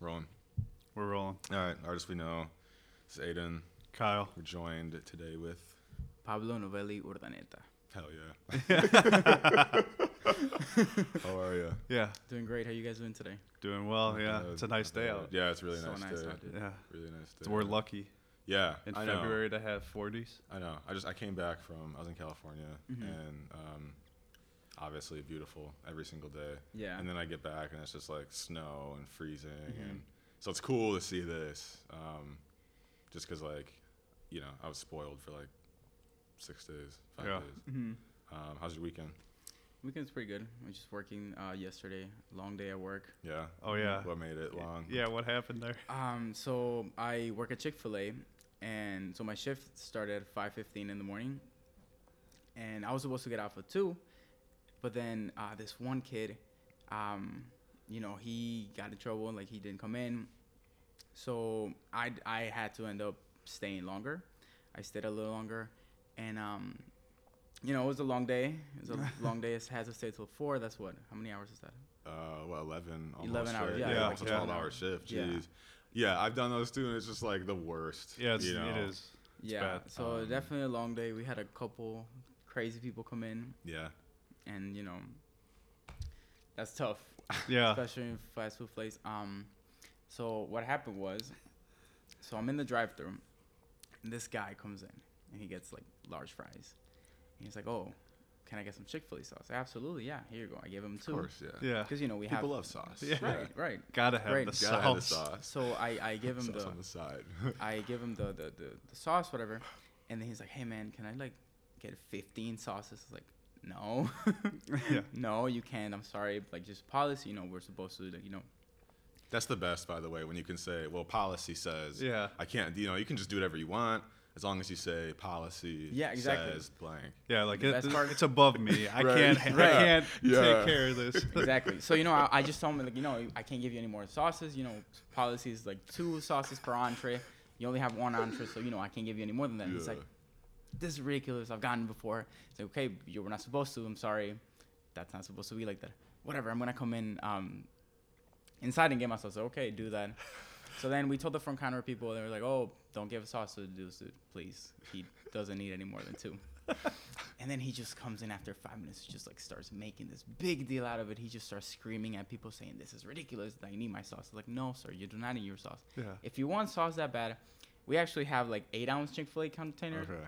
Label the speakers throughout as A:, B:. A: Rolling.
B: We're rolling.
A: All right, artists we know. It's Aiden.
B: Kyle.
A: We're joined today with
C: Pablo Novelli Urdaneta.
A: Hell yeah. How are you?
B: Yeah,
C: Doing great. How you guys doing today?
B: doing well. Oh, Yeah, it's a nice day out.
A: Yeah, it's a really
C: So
A: nice,
C: nice
A: day.
C: out, dude.
B: Yeah,
A: Really nice day.
B: So we're lucky
A: Yeah,
B: in
A: I know.
B: February to have 40s.
A: I know. I just I came back from I was in California
C: Mm-hmm.
A: and um, obviously beautiful every single day.
C: Yeah. Mm-hmm.
A: And then I get back and it's just like snow and freezing and so it's cool to see this. Um, just because like you know I was spoiled for like six days, five
B: Yeah.
A: days.
C: Mm-hmm.
A: Um, how's your weekend?
C: Weekend's pretty good. I was just working uh, yesterday. Long day at work.
A: Yeah.
B: Oh yeah.
A: What made it long?
B: Yeah, what happened there?
C: Um, so I work at Chick Fil A, and so my shift started at five fifteen in the morning, and I was supposed to get off at two, but then uh, this one kid, um, you know, he got in trouble like he didn't come in, so I I had to end up staying longer. I stayed a little longer, and um, you know, it was a long day. It was a long day. It has to stay till four. That's what? How many hours is that?
A: uh, what, 11, almost
C: 11 hours,
A: right?
C: yeah,
B: Yeah,
A: almost a
B: yeah.
A: 12 hour shift.
C: Yeah.
A: Jeez. Yeah. I've done those too, and it's just like the worst.
B: Yeah, it's,
A: you know?
B: it is. It's
C: yeah.
B: bad.
C: So
A: Um,
C: definitely a long day. We had a couple crazy people come in.
A: Yeah.
C: and you know that's tough
A: Ah.
B: Yeah.
C: especially in fast food place um so what happened was so i'm in the drive-through and this guy comes in and he gets like large fries and he's like oh can i get some chick-fil-a sauce absolutely yeah here you go i gave him
A: Of
C: two
A: course. Yeah.
B: Yeah.
C: because you know we
A: People
C: have
A: love sauce.
B: Yeah.
C: right right
B: Gotta have
C: Great.
B: the
A: Gotta have the
B: sauce.
A: sauce.
C: so i i give him
A: sauce
C: the
A: on the side.
C: I give him the, the, the, the sauce, whatever. And then he's like, hey, man, can I like get 15 sauces? I was like, no.
B: Yeah.
C: No, you can't. I'm sorry. Like, just policy, you know, we're supposed to, like, you know.
A: That's the best, by the way, when you can say, well, policy says,
B: Yeah.
A: I can't, you know, you can just do whatever you want as long as you say policy
C: Yeah, exactly.
A: says blank.
B: Yeah, like
C: The
B: it,
C: best part-
B: it's above me. I
A: Right.
B: can't. I
A: Right.
B: can't
A: Yeah.
B: take care of this.
C: Exactly. so, you know, I, I just told him, like, you know, I can't give you any more sauces. You know, policy is like two sauces per entree. You only have one entree, so, you know, I can't give you any more than that. He's
A: Yeah.
C: like, this is ridiculous. I've gotten it before. It's like, okay, you were not supposed to. I'm sorry. That's not supposed to be like that. Whatever. I'm gonna come in um, inside and get my sauce. Okay, do that. So then we told the front counter people, they were like, oh, don't give a sauce to this dude, please. He doesn't need any more than two. and then he just comes in after five minutes, just like starts making this big deal out of it. He just starts screaming at people, saying, this is ridiculous. I need my sauce. Like, no, sir, you do not need your sauce.
B: Yeah.
C: If you want sauce that bad, we actually have like eight ounce Chick Fil A containers.
A: Okay.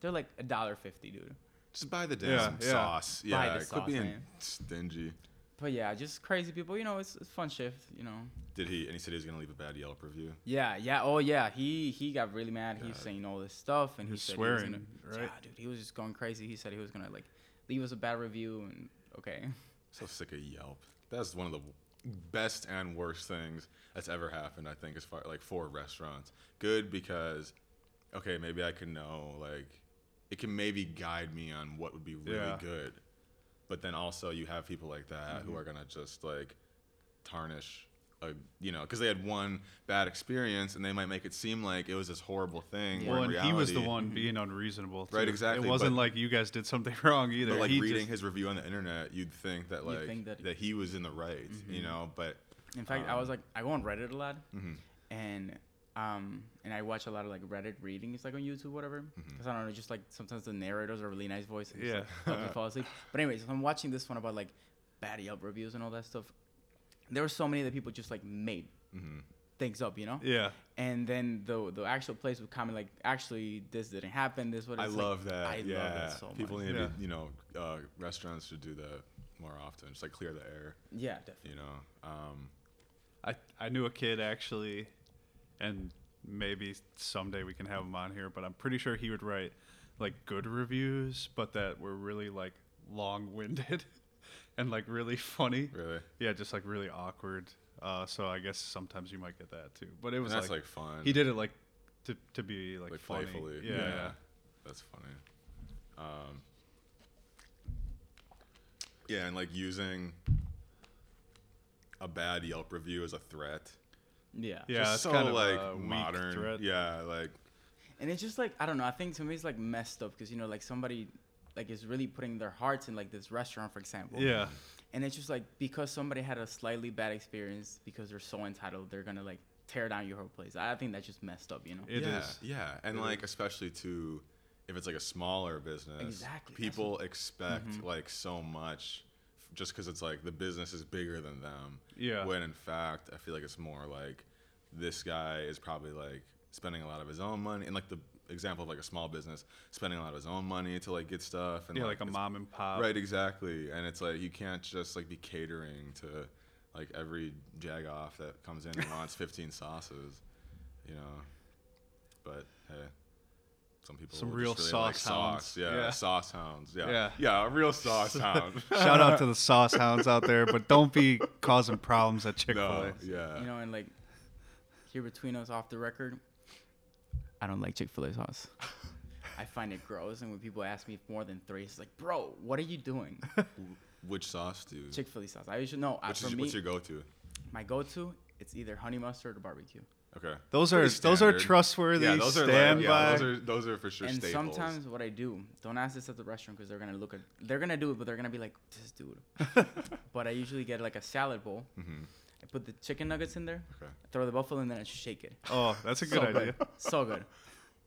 C: They're like a dollar fifty, dude.
A: Just buy the damn
B: Yeah, yeah.
A: sauce. Yeah,
C: the
A: quit
C: sauce,
A: being
C: man.
A: stingy.
C: But yeah, just crazy people. You know, it's, it's fun shift. You know.
A: Did he, and he said he was going to leave a bad Yelp review.
C: Yeah, yeah. Oh yeah, he he got really mad. He was
A: God.
C: saying all this stuff, and
B: He
C: he,
B: was
C: said
B: swearing,
C: he was gonna,
B: right?
C: Yeah, dude, he was just going crazy. He said he was gonna like leave us a bad review, and okay.
A: So sick of Yelp. That's one of the best and worst things that's ever happened. I think as far like for restaurants, good because okay, maybe I can know like it can maybe guide me on what would be really
B: Yeah. Mm-hmm.
A: good. But then also you have people like that who are gonna just like tarnish. A, you know, because they had one bad experience, and they might make it seem like it was this horrible thing.
C: Yeah.
A: where
B: Well,
A: in
B: and he was the
A: reality-
B: one being unreasonable.
A: Right,
B: too.
A: exactly,
B: It wasn't
A: but-
B: like you guys did something wrong either.
A: But like
B: he
A: reading
B: just,
A: his review on the internet, you'd think that
C: You'd
A: like
C: think
A: that,
C: that-
A: he was in the right,
B: Mm-hmm.
A: you know. But
C: In fact, I
A: Um,
C: was like, I go on Reddit a lot, and um, and I watch a lot of like Reddit readings, like on YouTube, whatever. Because I don't know, just like sometimes the narrators are really nice voices.
B: Mm-hmm. Yeah.
C: like, help me fall asleep. But anyways, I'm watching this one about like bad Yelp reviews and all that stuff. There were so many that people just like made
B: Mm-hmm.
C: things up, you know.
B: Yeah.
C: And then the the actual place would comment like, actually, this didn't happen. This what
A: I
C: it's like,
A: love that.
C: I
A: yeah.
C: love that so
A: People
C: much.
A: need
B: Yeah.
A: to be, you know, uh, restaurants should do that more often. Just like clear the air,
C: yeah, definitely.
A: you know. Um,
B: I, I knew a kid actually, and maybe someday we can have him on here, but I'm pretty sure he would write like good reviews, but that were really like long winded and like really funny.
A: really.
B: Yeah, just like really awkward. Uh, so I guess sometimes you might get that too. But it
A: And
B: was
A: that's
B: like,
A: like, fun.
B: he did it like to, to be like,
A: like
B: funny.
A: playfully.
B: Yeah, yeah.
A: That's funny. Um, yeah, and like using a bad Yelp review as a threat.
C: Yeah.
B: Yeah,
A: Just
B: it's
A: so
B: kind of
A: like
B: a weak
A: modern.
B: threat.
A: Yeah, like
C: And it's just like I don't know. I think to me it's like messed up because you know like somebody like is really putting their hearts in like this restaurant, for example.
B: Yeah.
C: and it's just like because somebody had a slightly bad experience because they're so entitled, they're gonna like tear down your whole place. I think that's just messed up, you know.
B: It is.
A: yeah, Yeah, and
B: It
A: like especially to if it's like a smaller business,
C: Exactly, that's
A: people expect
B: Mm-hmm.
A: like so much f- just because it's like the business is bigger than them.
B: Yeah.
A: When in fact, I feel like it's more like this guy is probably like spending a lot of his own money, and like the example of like a small business spending a lot of his own money to like get stuff and
B: yeah, like a
A: it's-
B: mom and pop.
A: Right, exactly. And it's like you can't just like be catering to like every jag off that comes in and wants 15 sauces, you know. But hey, some people
B: Some
A: just
B: real
A: really like
B: sauce hounds.
A: sauce. Yeah,
B: Yeah.
A: sauce hounds. Yeah,
B: Yeah.
A: yeah, a real sauce hound.
B: Shout out to the sauce hounds out there, but don't be causing problems at Chick Fil A.
A: no, yeah,
C: You know, and like here between us, off the record, I don't like Chick Fil A sauce. I find it gross, and when people ask me more than three, it's like, bro, what are you doing?
A: which sauce do?
C: Chick Fil A sauce. I usually know. I-
A: which
C: For
A: is,
C: me,
A: what's your go-to?
C: my go-to, it's either honey mustard or barbecue.
A: Okay,
B: Those are
A: Pretty
B: those are
A: standard.
B: trustworthy.
A: yeah, those are like,
B: stand by.
A: yeah, those are those are for sure
C: and
A: staples.
C: sometimes what I do, don't ask this at the restaurant because they're gonna look at, they're gonna do it, but they're gonna be like, this dude. but I usually get like a salad bowl. I put the chicken nuggets in there,
A: Mm-hmm. Okay.
C: throw the buffalo, and then I shake it.
B: oh, that's a good
C: so
B: idea.
C: good, so good.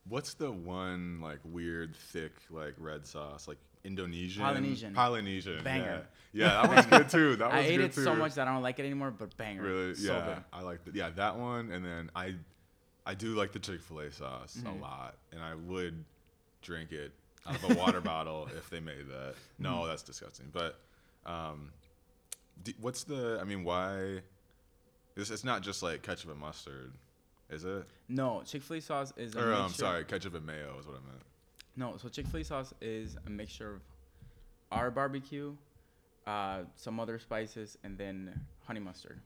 A: What's the one like weird thick like red sauce like Indonesian
C: Polynesian.
A: Polynesian
C: Banger.
A: Yeah, yeah that one's good too. That
C: I
A: one's
C: ate
A: good
C: it
A: too.
C: so much that I don't like it anymore, but banger.
A: Really,
C: So
A: yeah,
C: good.
A: I like that. Yeah, that one, and then I, I do like the Chick Fil A sauce
C: Mm-hmm.
A: a lot, and I would drink it out of a water bottle if they made that. No,
C: Mm-hmm.
A: that's disgusting. But, um, d what's the? I mean, why? It's, it's not just like ketchup and mustard, is it?
C: No, Chick fil A sauce is a
A: Or I'm
C: mixture-
A: sorry, ketchup and mayo is what I meant.
C: No, so Chick fil A sauce is a mixture of our barbecue, uh, some other spices, and then honey mustard.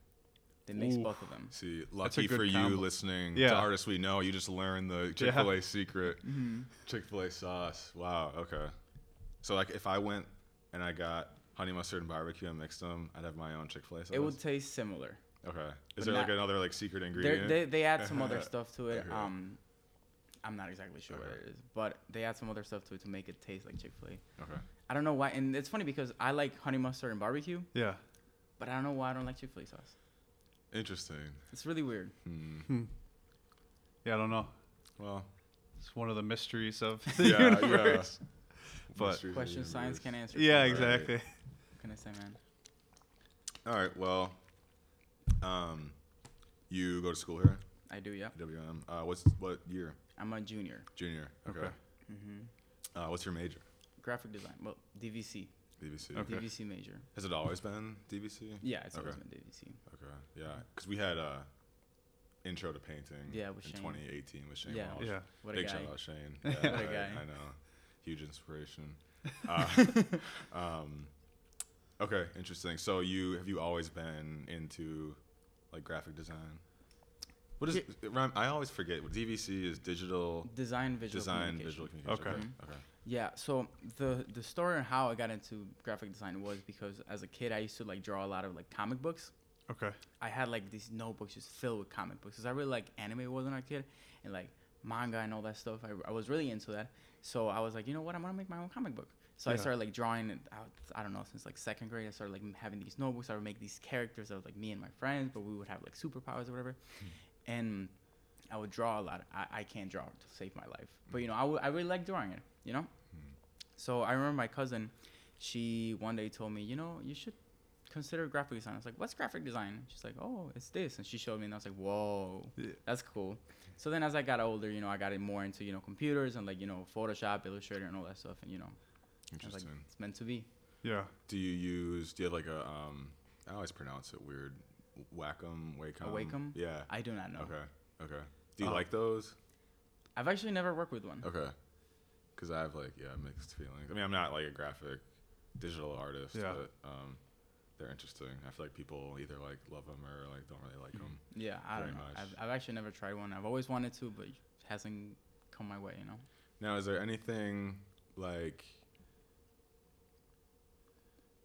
C: They mix
B: Ooh.
C: both of them.
A: See, lucky
B: good
A: for you
B: combo.
A: listening
B: Yeah.
A: to artists we know, you just learned the Chick Fil A secret,
B: Mm-hmm.
A: Chick Fil A sauce. Wow. Okay. So like, if I went and I got honey mustard and barbecue and mixed them, I'd have my own Chick Fil A sauce.
C: It would taste similar.
A: okay. Is
C: but
A: there like
C: not-
A: another like secret
C: They're-
A: ingredient?
C: They they add some other stuff to it.
A: Okay.
C: Um, I'm not exactly sure what
A: Okay.
C: it is, but they add some other stuff to it to make it taste like Chick Fil A.
A: okay.
C: I don't know why, and it's funny because I like honey mustard and barbecue,
B: Yeah.
C: but I don't know why I don't like Chick Fil A sauce.
A: Interesting. Hmm.
C: It's really weird.
B: Yeah, I don't know.
A: Well,
B: It's one of the mysteries of the
A: Yeah, yeah.
B: universe. But-
A: mysteries of the
C: Question science
A: universe.
C: can't answer.
B: Yeah,
A: Right.
B: exactly.
C: What can I say, man?
A: All right. Well, um, you go to school here,
C: I do. Yep.
A: WM. Uh, what's what year?
C: I'm a junior. Mm-hmm.
A: Junior. Okay.
B: Okay.
A: Uh, what's your major?
C: Graphic design. Well, DVC.
A: DVC.
B: Okay.
C: DVC major.
A: Has it always been DVC?
C: Yeah, it's always
A: Okay.
C: been DVC.
A: Okay. Yeah, because we had uh, intro to painting.
C: Yeah, with
A: in
C: Shane.
A: 2018 with Shane
C: Yeah.
A: Walsh.
B: Yeah.
C: What a
A: Big
C: guy.
A: shout out Shane.
B: What
C: a
A: I-
C: guy.
A: I know. Huge inspiration. Uh, um, okay, interesting. So you have you always been into like graphic design? What is?
C: Ye-
A: it rhyme- I always forget. what DVC is digital
C: Design visual.
A: design
C: communication. Mm-hmm.
A: visual communication.
B: Okay.
A: Okay.
C: Yeah, so the the story on how I got into graphic design was because as a kid I used to like draw a lot of like comic books.
B: Okay.
C: I had like these notebooks just filled with comic books because I really like anime was when I was a kid and like manga and all that stuff. I, I was really into that, so I was like, you know what, I'm gonna make my own comic book. So I
B: Yeah.
C: started like drawing it out. I don't know since like second grade. I started like having these notebooks. I would make these characters that was like me and my friends, but we would have like superpowers or whatever, and I would draw a lot. I, I can't draw to save my life, but you know I would- I really like drawing it. You know, so I remember my cousin, she one day told me, you know, you should consider graphic design. I was like, what's graphic design? She's like, oh, it's this. And she showed me, and I was like, whoa,
B: Yeah.
C: that's cool. So then as I got older, you know, I got it more into, you know, computers and like, you know, Photoshop, Illustrator, and all that stuff. And, you know, I was like,
A: Interesting.
C: it's meant to be.
B: Yeah.
A: do you use? Do you have like a? Um, I always pronounce it weird. Wacom, Wacom.
C: Wacom?
A: Yeah.
C: I do not know.
A: Okay. Okay. Oh. Do you
B: Uh,
A: like those?
C: I've actually never worked with one.
A: Okay. Because I have like yeah mixed feelings. I mean, I'm not like a graphic digital artist,
B: Yeah.
A: but um, they're interesting. I feel like people either like love them or like don't really like them.
C: Yeah, I
A: Very
C: don't know.
A: much.
C: I've, I've actually never tried one. I've always wanted to, but it hasn't come my way, you know?
A: Now, is there anything like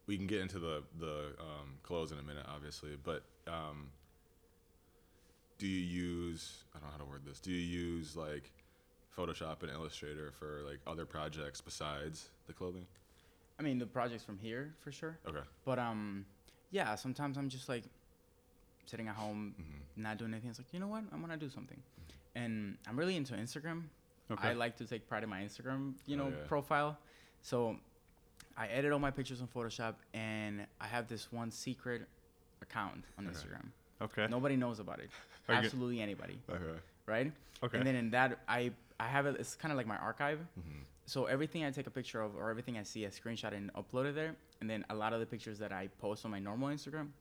A: we can get into the the um, clothes in a minute, obviously, but um, do you use I don't know how to word this. Do you use like Photoshop and Illustrator for like other projects besides the clothing?
C: I mean, the projects from here for sure.
A: Okay.
C: But um, yeah, sometimes I'm just like sitting at home,
A: Mm-hmm.
C: not doing anything. It's like, you know what? I'm gonna do something, and I'm really into Instagram.
B: Okay.
C: I like to take pride in my Instagram, you
A: Oh,
C: know,
A: yeah.
C: profile. So I edit all my pictures in Photoshop, and I have this one secret account on
A: Okay.
C: Instagram.
B: okay.
C: Nobody knows about it.
B: Okay.
C: Absolutely anybody,
A: Okay.
C: right?
B: Okay.
C: And then in that, I I have it. It's kind of like my archive.
A: Mhm.
C: So everything I take a picture of, or everything I see, I screenshot and upload it there. And then a lot of the pictures that I post on my normal Instagram,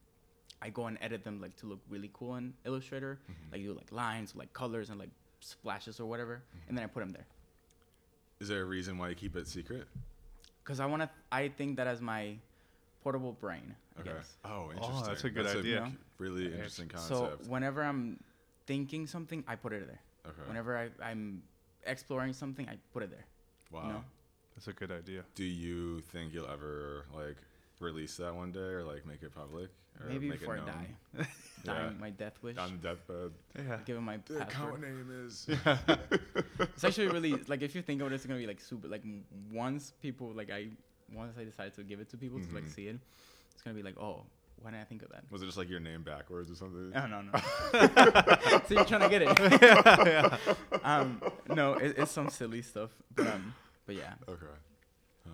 C: I go and edit them like to look really cool in Illustrator.
B: Mm-hmm.
C: Like do like lines, like colors, and like splashes or whatever.
B: Mm-hmm.
C: And then I put them there
A: Is there a reason why you keep it secret?
C: because I want to. I think that as my portable brain. I
A: Okay.
C: guess.
A: Oh, interesting.
B: that's a good idea.
A: cu- really interesting
C: So
A: concept.
C: whenever I'm thinking something, I put it there.
A: okay.
C: Whenever I, I'm exploring something, I put it there.
A: wow.
C: know.
B: That's a good idea.
A: Do you think you'll ever like release that one day or like make it public? Or
C: Maybe
A: make
C: before I
A: it known?
C: die,
A: Yeah.
C: dying my death wish,
A: On the deathbed.
B: Yeah.
C: give him my
A: The account
C: password.
A: name is.
C: It's actually really like if you think of it, it's gonna be like super. Like m- once people like I once I decide to give it to people to like
A: Mhm.
C: see it, it's gonna be like oh why did I think of that? Oh,
A: Was it just like your name backwards or something?
C: No, no, no. so you're trying to get it.
B: yeah.
C: Um, no, it, it's some silly stuff. But, um, but yeah,
A: Okay. Huh.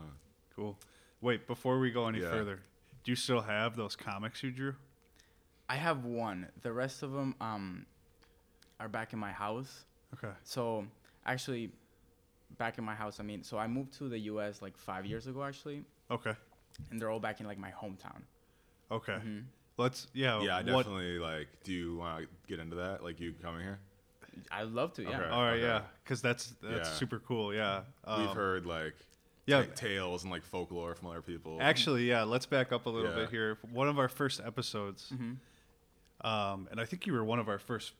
B: Cool. Wait, before we go any
A: Yeah.
B: further, do you still have those comics you drew?
C: I have one. The rest of them um, are back in my house.
B: Okay.
C: So actually, back in my house. I mean, so I moved to the U.S. like
A: Mm-hmm.
C: five years ago, actually,
B: Okay.
C: and they're all back in like my hometown.
B: Okay.
A: Uh-huh.
C: Mhm.
B: Let's. Yeah.
A: Yeah, I
B: Oh, what-
A: definitely like. Do you want to get into that? Like you coming here?
C: I'd love to. Yeah.
A: Okay.
B: All right.
A: Okay.
B: yeah. 'Cause Yeah. Because that's that's
A: Yeah.
B: super cool. Yeah.
A: We've
B: Um,
A: heard like
B: yeah.
A: like, tales and like folklore from other people.
B: Actually, yeah. Let's back up a little
A: Yeah. Mm-hmm.
B: bit here. One of our first episodes,
C: Mhm.
B: um, and I think you were one of our first,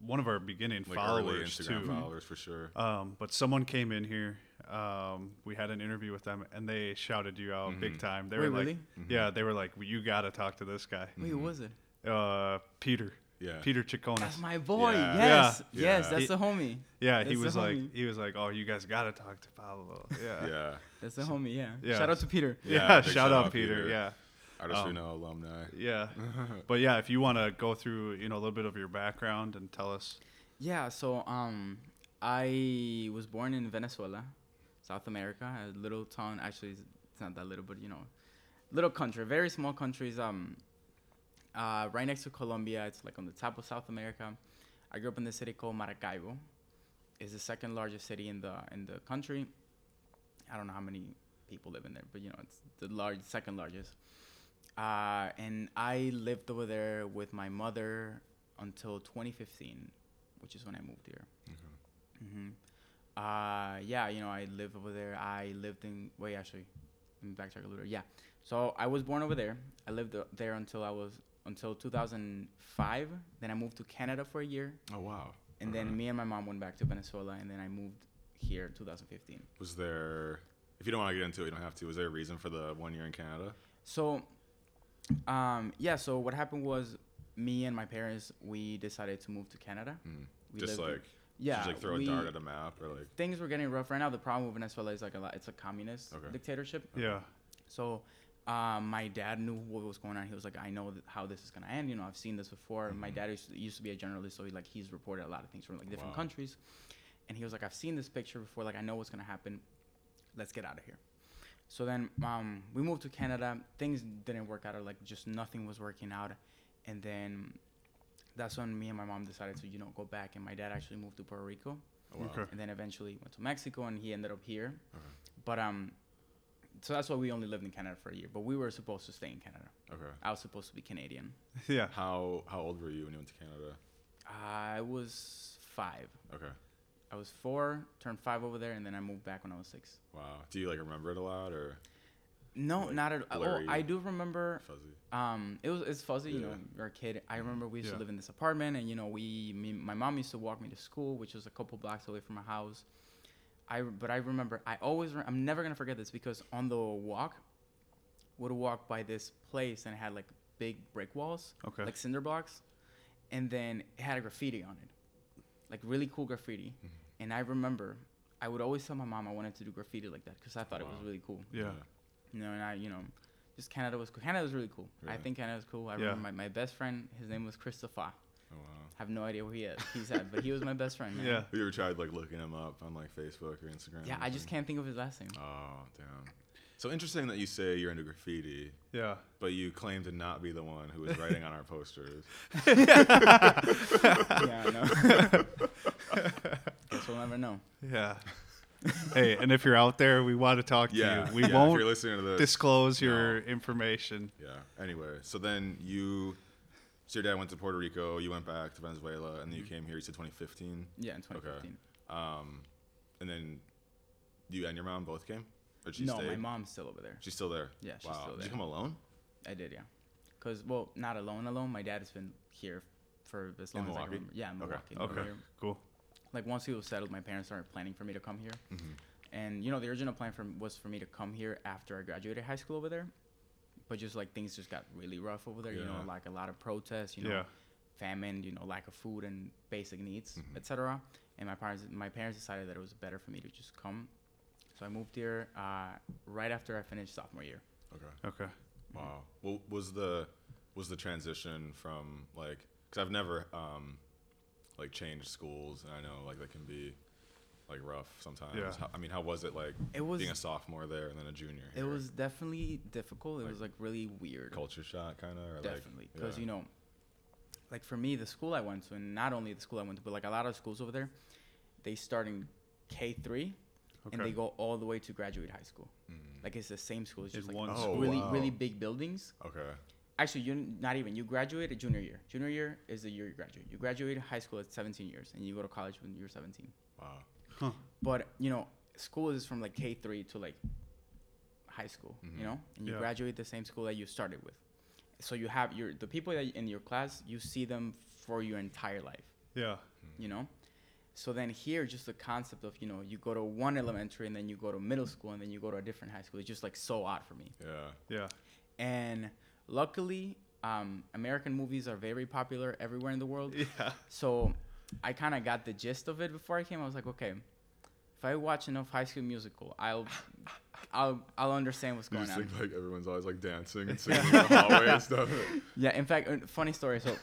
B: one of our beginning
A: like early
B: followers
A: Instagram
B: too.
A: followers for sure.
B: Um, but someone came in here. Um, we had an interview with them, and they shouted you out
A: Mm-hmm.
B: big time. They
C: Wait,
B: were like,
C: really?
B: "Yeah, they were like, well, you got to talk to this guy,
C: Wait,
A: Mm-hmm.
C: who was it?
B: uh, Peter,
A: Mm. Yeah.
B: Peter Chiconas."
C: That's Oh my boy.
A: Yeah.
C: Yes.
A: Yeah.
C: Yes,
A: Yeah.
C: that's
B: He-
C: the homie.
B: yeah, he
C: That's the
B: was like,
C: homie.
B: he was like, "Oh, you guys got to talk to Pablo." Yeah, yeah.
A: yeah.
C: That's the homie. Yeah.
B: Yeah.
C: Shout out to Peter.
A: Yeah, big
B: shout out Peter. Yeah,
A: Artist
B: Um,
A: Reno alumni.
B: yeah. but yeah, if you want to go through, you know, a little bit of your background and tell us.
C: Yeah, so um, I was born in Venezuela, South America, a little town. Actually, it's it's not that little, but you know, little country, very small countries. Um, uh, right next to Colombia, it's like on the top of South America. I grew up in the city called Maracaibo. It's the second largest city in the in the country. I don't know how many people live in there, but you know, it's the large second largest. Uh, and I lived over there with my mother until 2015, which is when I moved here.
A: Mm-hmm.
C: hmm Uh, yeah, you know, I live over there. I lived in, wait, actually, let me backtrack a little. Yeah. So I was born over there. I lived o- there until I was, until 2005. Then I moved to Canada for a year.
A: Oh wow.
C: And then me and my mom went back to Venezuela. And then I moved here 2015.
A: Was there? If you don't want to get into it, you don't have to. Was there a reason for the one year in Canada?
C: So, um, yeah. So what happened was, me and my parents, we decided to move to Canada.
A: Mm.
C: We
A: Just
C: lived-
A: like
C: yeah,
A: just like throw
C: we-
A: a dart at a map or like
C: Things were getting rough right now. The problem with Venezuela is like a lot. It's a communist
A: Okay.
C: dictatorship.
B: Yeah,
C: So, uh, my dad knew what was going on. He was like, I know th- how this is gonna end. You know, I've seen this before. My
A: Mm-hmm.
C: dad used to, used to be a journalist, so he, like he's reported a lot of things from like different
A: Wow.
C: countries. And he was like, I've seen this picture before. Like, I know what's gonna happen. Let's get out of here. So then um, we moved to Canada. Things didn't work out. Or, like, just nothing was working out. And then that's when me and my mom decided to, you know, go back. And my dad actually moved to Puerto Rico
A: oh, wow.
B: Okay.
C: and then eventually went to Mexico, and he ended up here.
A: Okay.
C: But um, so that's why we only lived in Canada for a year. But we were supposed to stay in Canada.
A: Okay.
C: I was supposed to be Canadian.
B: yeah.
A: How how old were you when you went to Canada?
C: I was five.
A: Okay.
C: I was four, turned five over there, and then I moved back when I was six.
A: Wow. Do you like remember it a lot or
C: No,
A: Like,
C: not at all. Oh,
A: blurry.
C: I do remember.
A: fuzzy?
C: Um, it was it's fuzzy. You know,
A: Yeah. Mm-hmm.
C: you're a kid. I remember we used
B: Yeah.
C: to live in this apartment, and you know, we me, my mom used to walk me to school, which was a couple blocks away from my house. I but I remember I always re- I'm never gonna forget this because on the walk, would walk by this place and it had like big brick walls,
B: Okay.
C: like cinder blocks, and then it had a graffiti on it, like really cool graffiti.
A: Mm-hmm.
C: And I remember I would always tell my mom I wanted to do graffiti like that because I thought it was
A: Wow.
C: really cool.
B: Yeah.
C: You know, and I, you know, just Canada was cool. Canada was really cool. I
A: Really?
C: think Canada was cool. I
B: Yeah.
C: remember my, my best friend, his name was Christopher.
A: Oh, wow.
C: have no idea where he is. He's at, but he was my best friend. Man.
B: Yeah.
A: Have you ever tried like looking him up on like Facebook or Instagram?
C: Yeah,
A: or
C: I just
A: something?
C: can't think of his last name.
A: Oh, damn. So interesting that you say you're into graffiti,
B: Yeah.
A: but you claim to not be the one who was writing on our posters.
C: yeah, I know. Guess we'll never know.
B: Yeah. hey, and if you're out there, we want to talk to
A: Yeah,
B: you. We
A: yeah, If you're
B: won't
A: listening to this,
B: disclose your
A: No.
B: information.
A: yeah. Anyway, so then you, so your dad went to Puerto Rico, you went back to Venezuela, and then you
C: Mm-hmm.
A: came here. You said 2015,
C: Yeah, in 2015.
A: um, and then you and your mom both came. Or she
C: no,
A: stayed?
C: my mom's still over there.
A: She's still there.
C: Yeah, she's
A: wow.
C: still
A: Did you
C: there.
A: come alone?
C: I did, yeah. Cause well, not alone, alone. My dad has been here for as long as I can
A: Milwaukee?
C: remember. Yeah, in
A: Okay,
C: Milwaukee. over
B: Okay.
C: here.
B: Cool.
C: Like once he was settled, my parents started planning for me to come here.
A: Mm-hmm.
C: And you know, the original plan from was for me to come here after I graduated high school over there. But just like things just got really rough over there, you know,
A: Yeah.
C: like a lot of protests, you know,
B: Yeah.
C: famine, you know, lack of food and basic needs,
A: Mm-hmm.
C: etc. And my parents, my parents decided that it was better for me to just come. So I moved here uh, right after I finished sophomore year.
A: Okay.
B: Okay.
A: Wow. Well, was the was the transition from like because I've never um, like changed schools and I know like they can be like rough sometimes.
B: Yeah.
A: How, I mean, how was it like
C: It was-
A: being a sophomore there and then a junior?
C: It
A: here?
C: was definitely difficult. It was like really weird.
A: culture shock kind of.
C: definitely
A: like,
C: because you know like for me the school i went to and not only the school i went to but like a lot of schools over there they start in k3 and
B: Okay.
C: they go all the way to graduate high school like it's the same school it's
B: In
C: just like
B: one
C: s-
A: school.
C: really
A: Mm. Oh,
C: really
A: wow.
C: big buildings
A: Okay.
C: actually you're not even you graduated junior year junior year is the year you graduate you graduate high school at 17 years and you go to college when you're 17
A: Wow.
B: Huh.
C: but you know school is from like k3 to like high school you know and you
B: Yeah.
C: graduate the same school that you started with so you have your the people that in your class you see them for your entire life
B: Yeah.
C: you know so then here just the concept of you know you go to one elementary and then you go to middle school and then you go to a different high school it's just like so odd for me
A: Yeah.
B: Yeah.
C: and luckily um, american movies are very popular everywhere in the world
B: Yeah.
C: so I kind of got the gist of it before I came. I was like, okay, if I watch enough High School Musical, I'll, I'll, I'll understand what's
A: You
C: going
A: just
C: on.
A: think like everyone's always like dancing and singing in the hallway and stuff.
C: Yeah. In fact, uh, funny story. So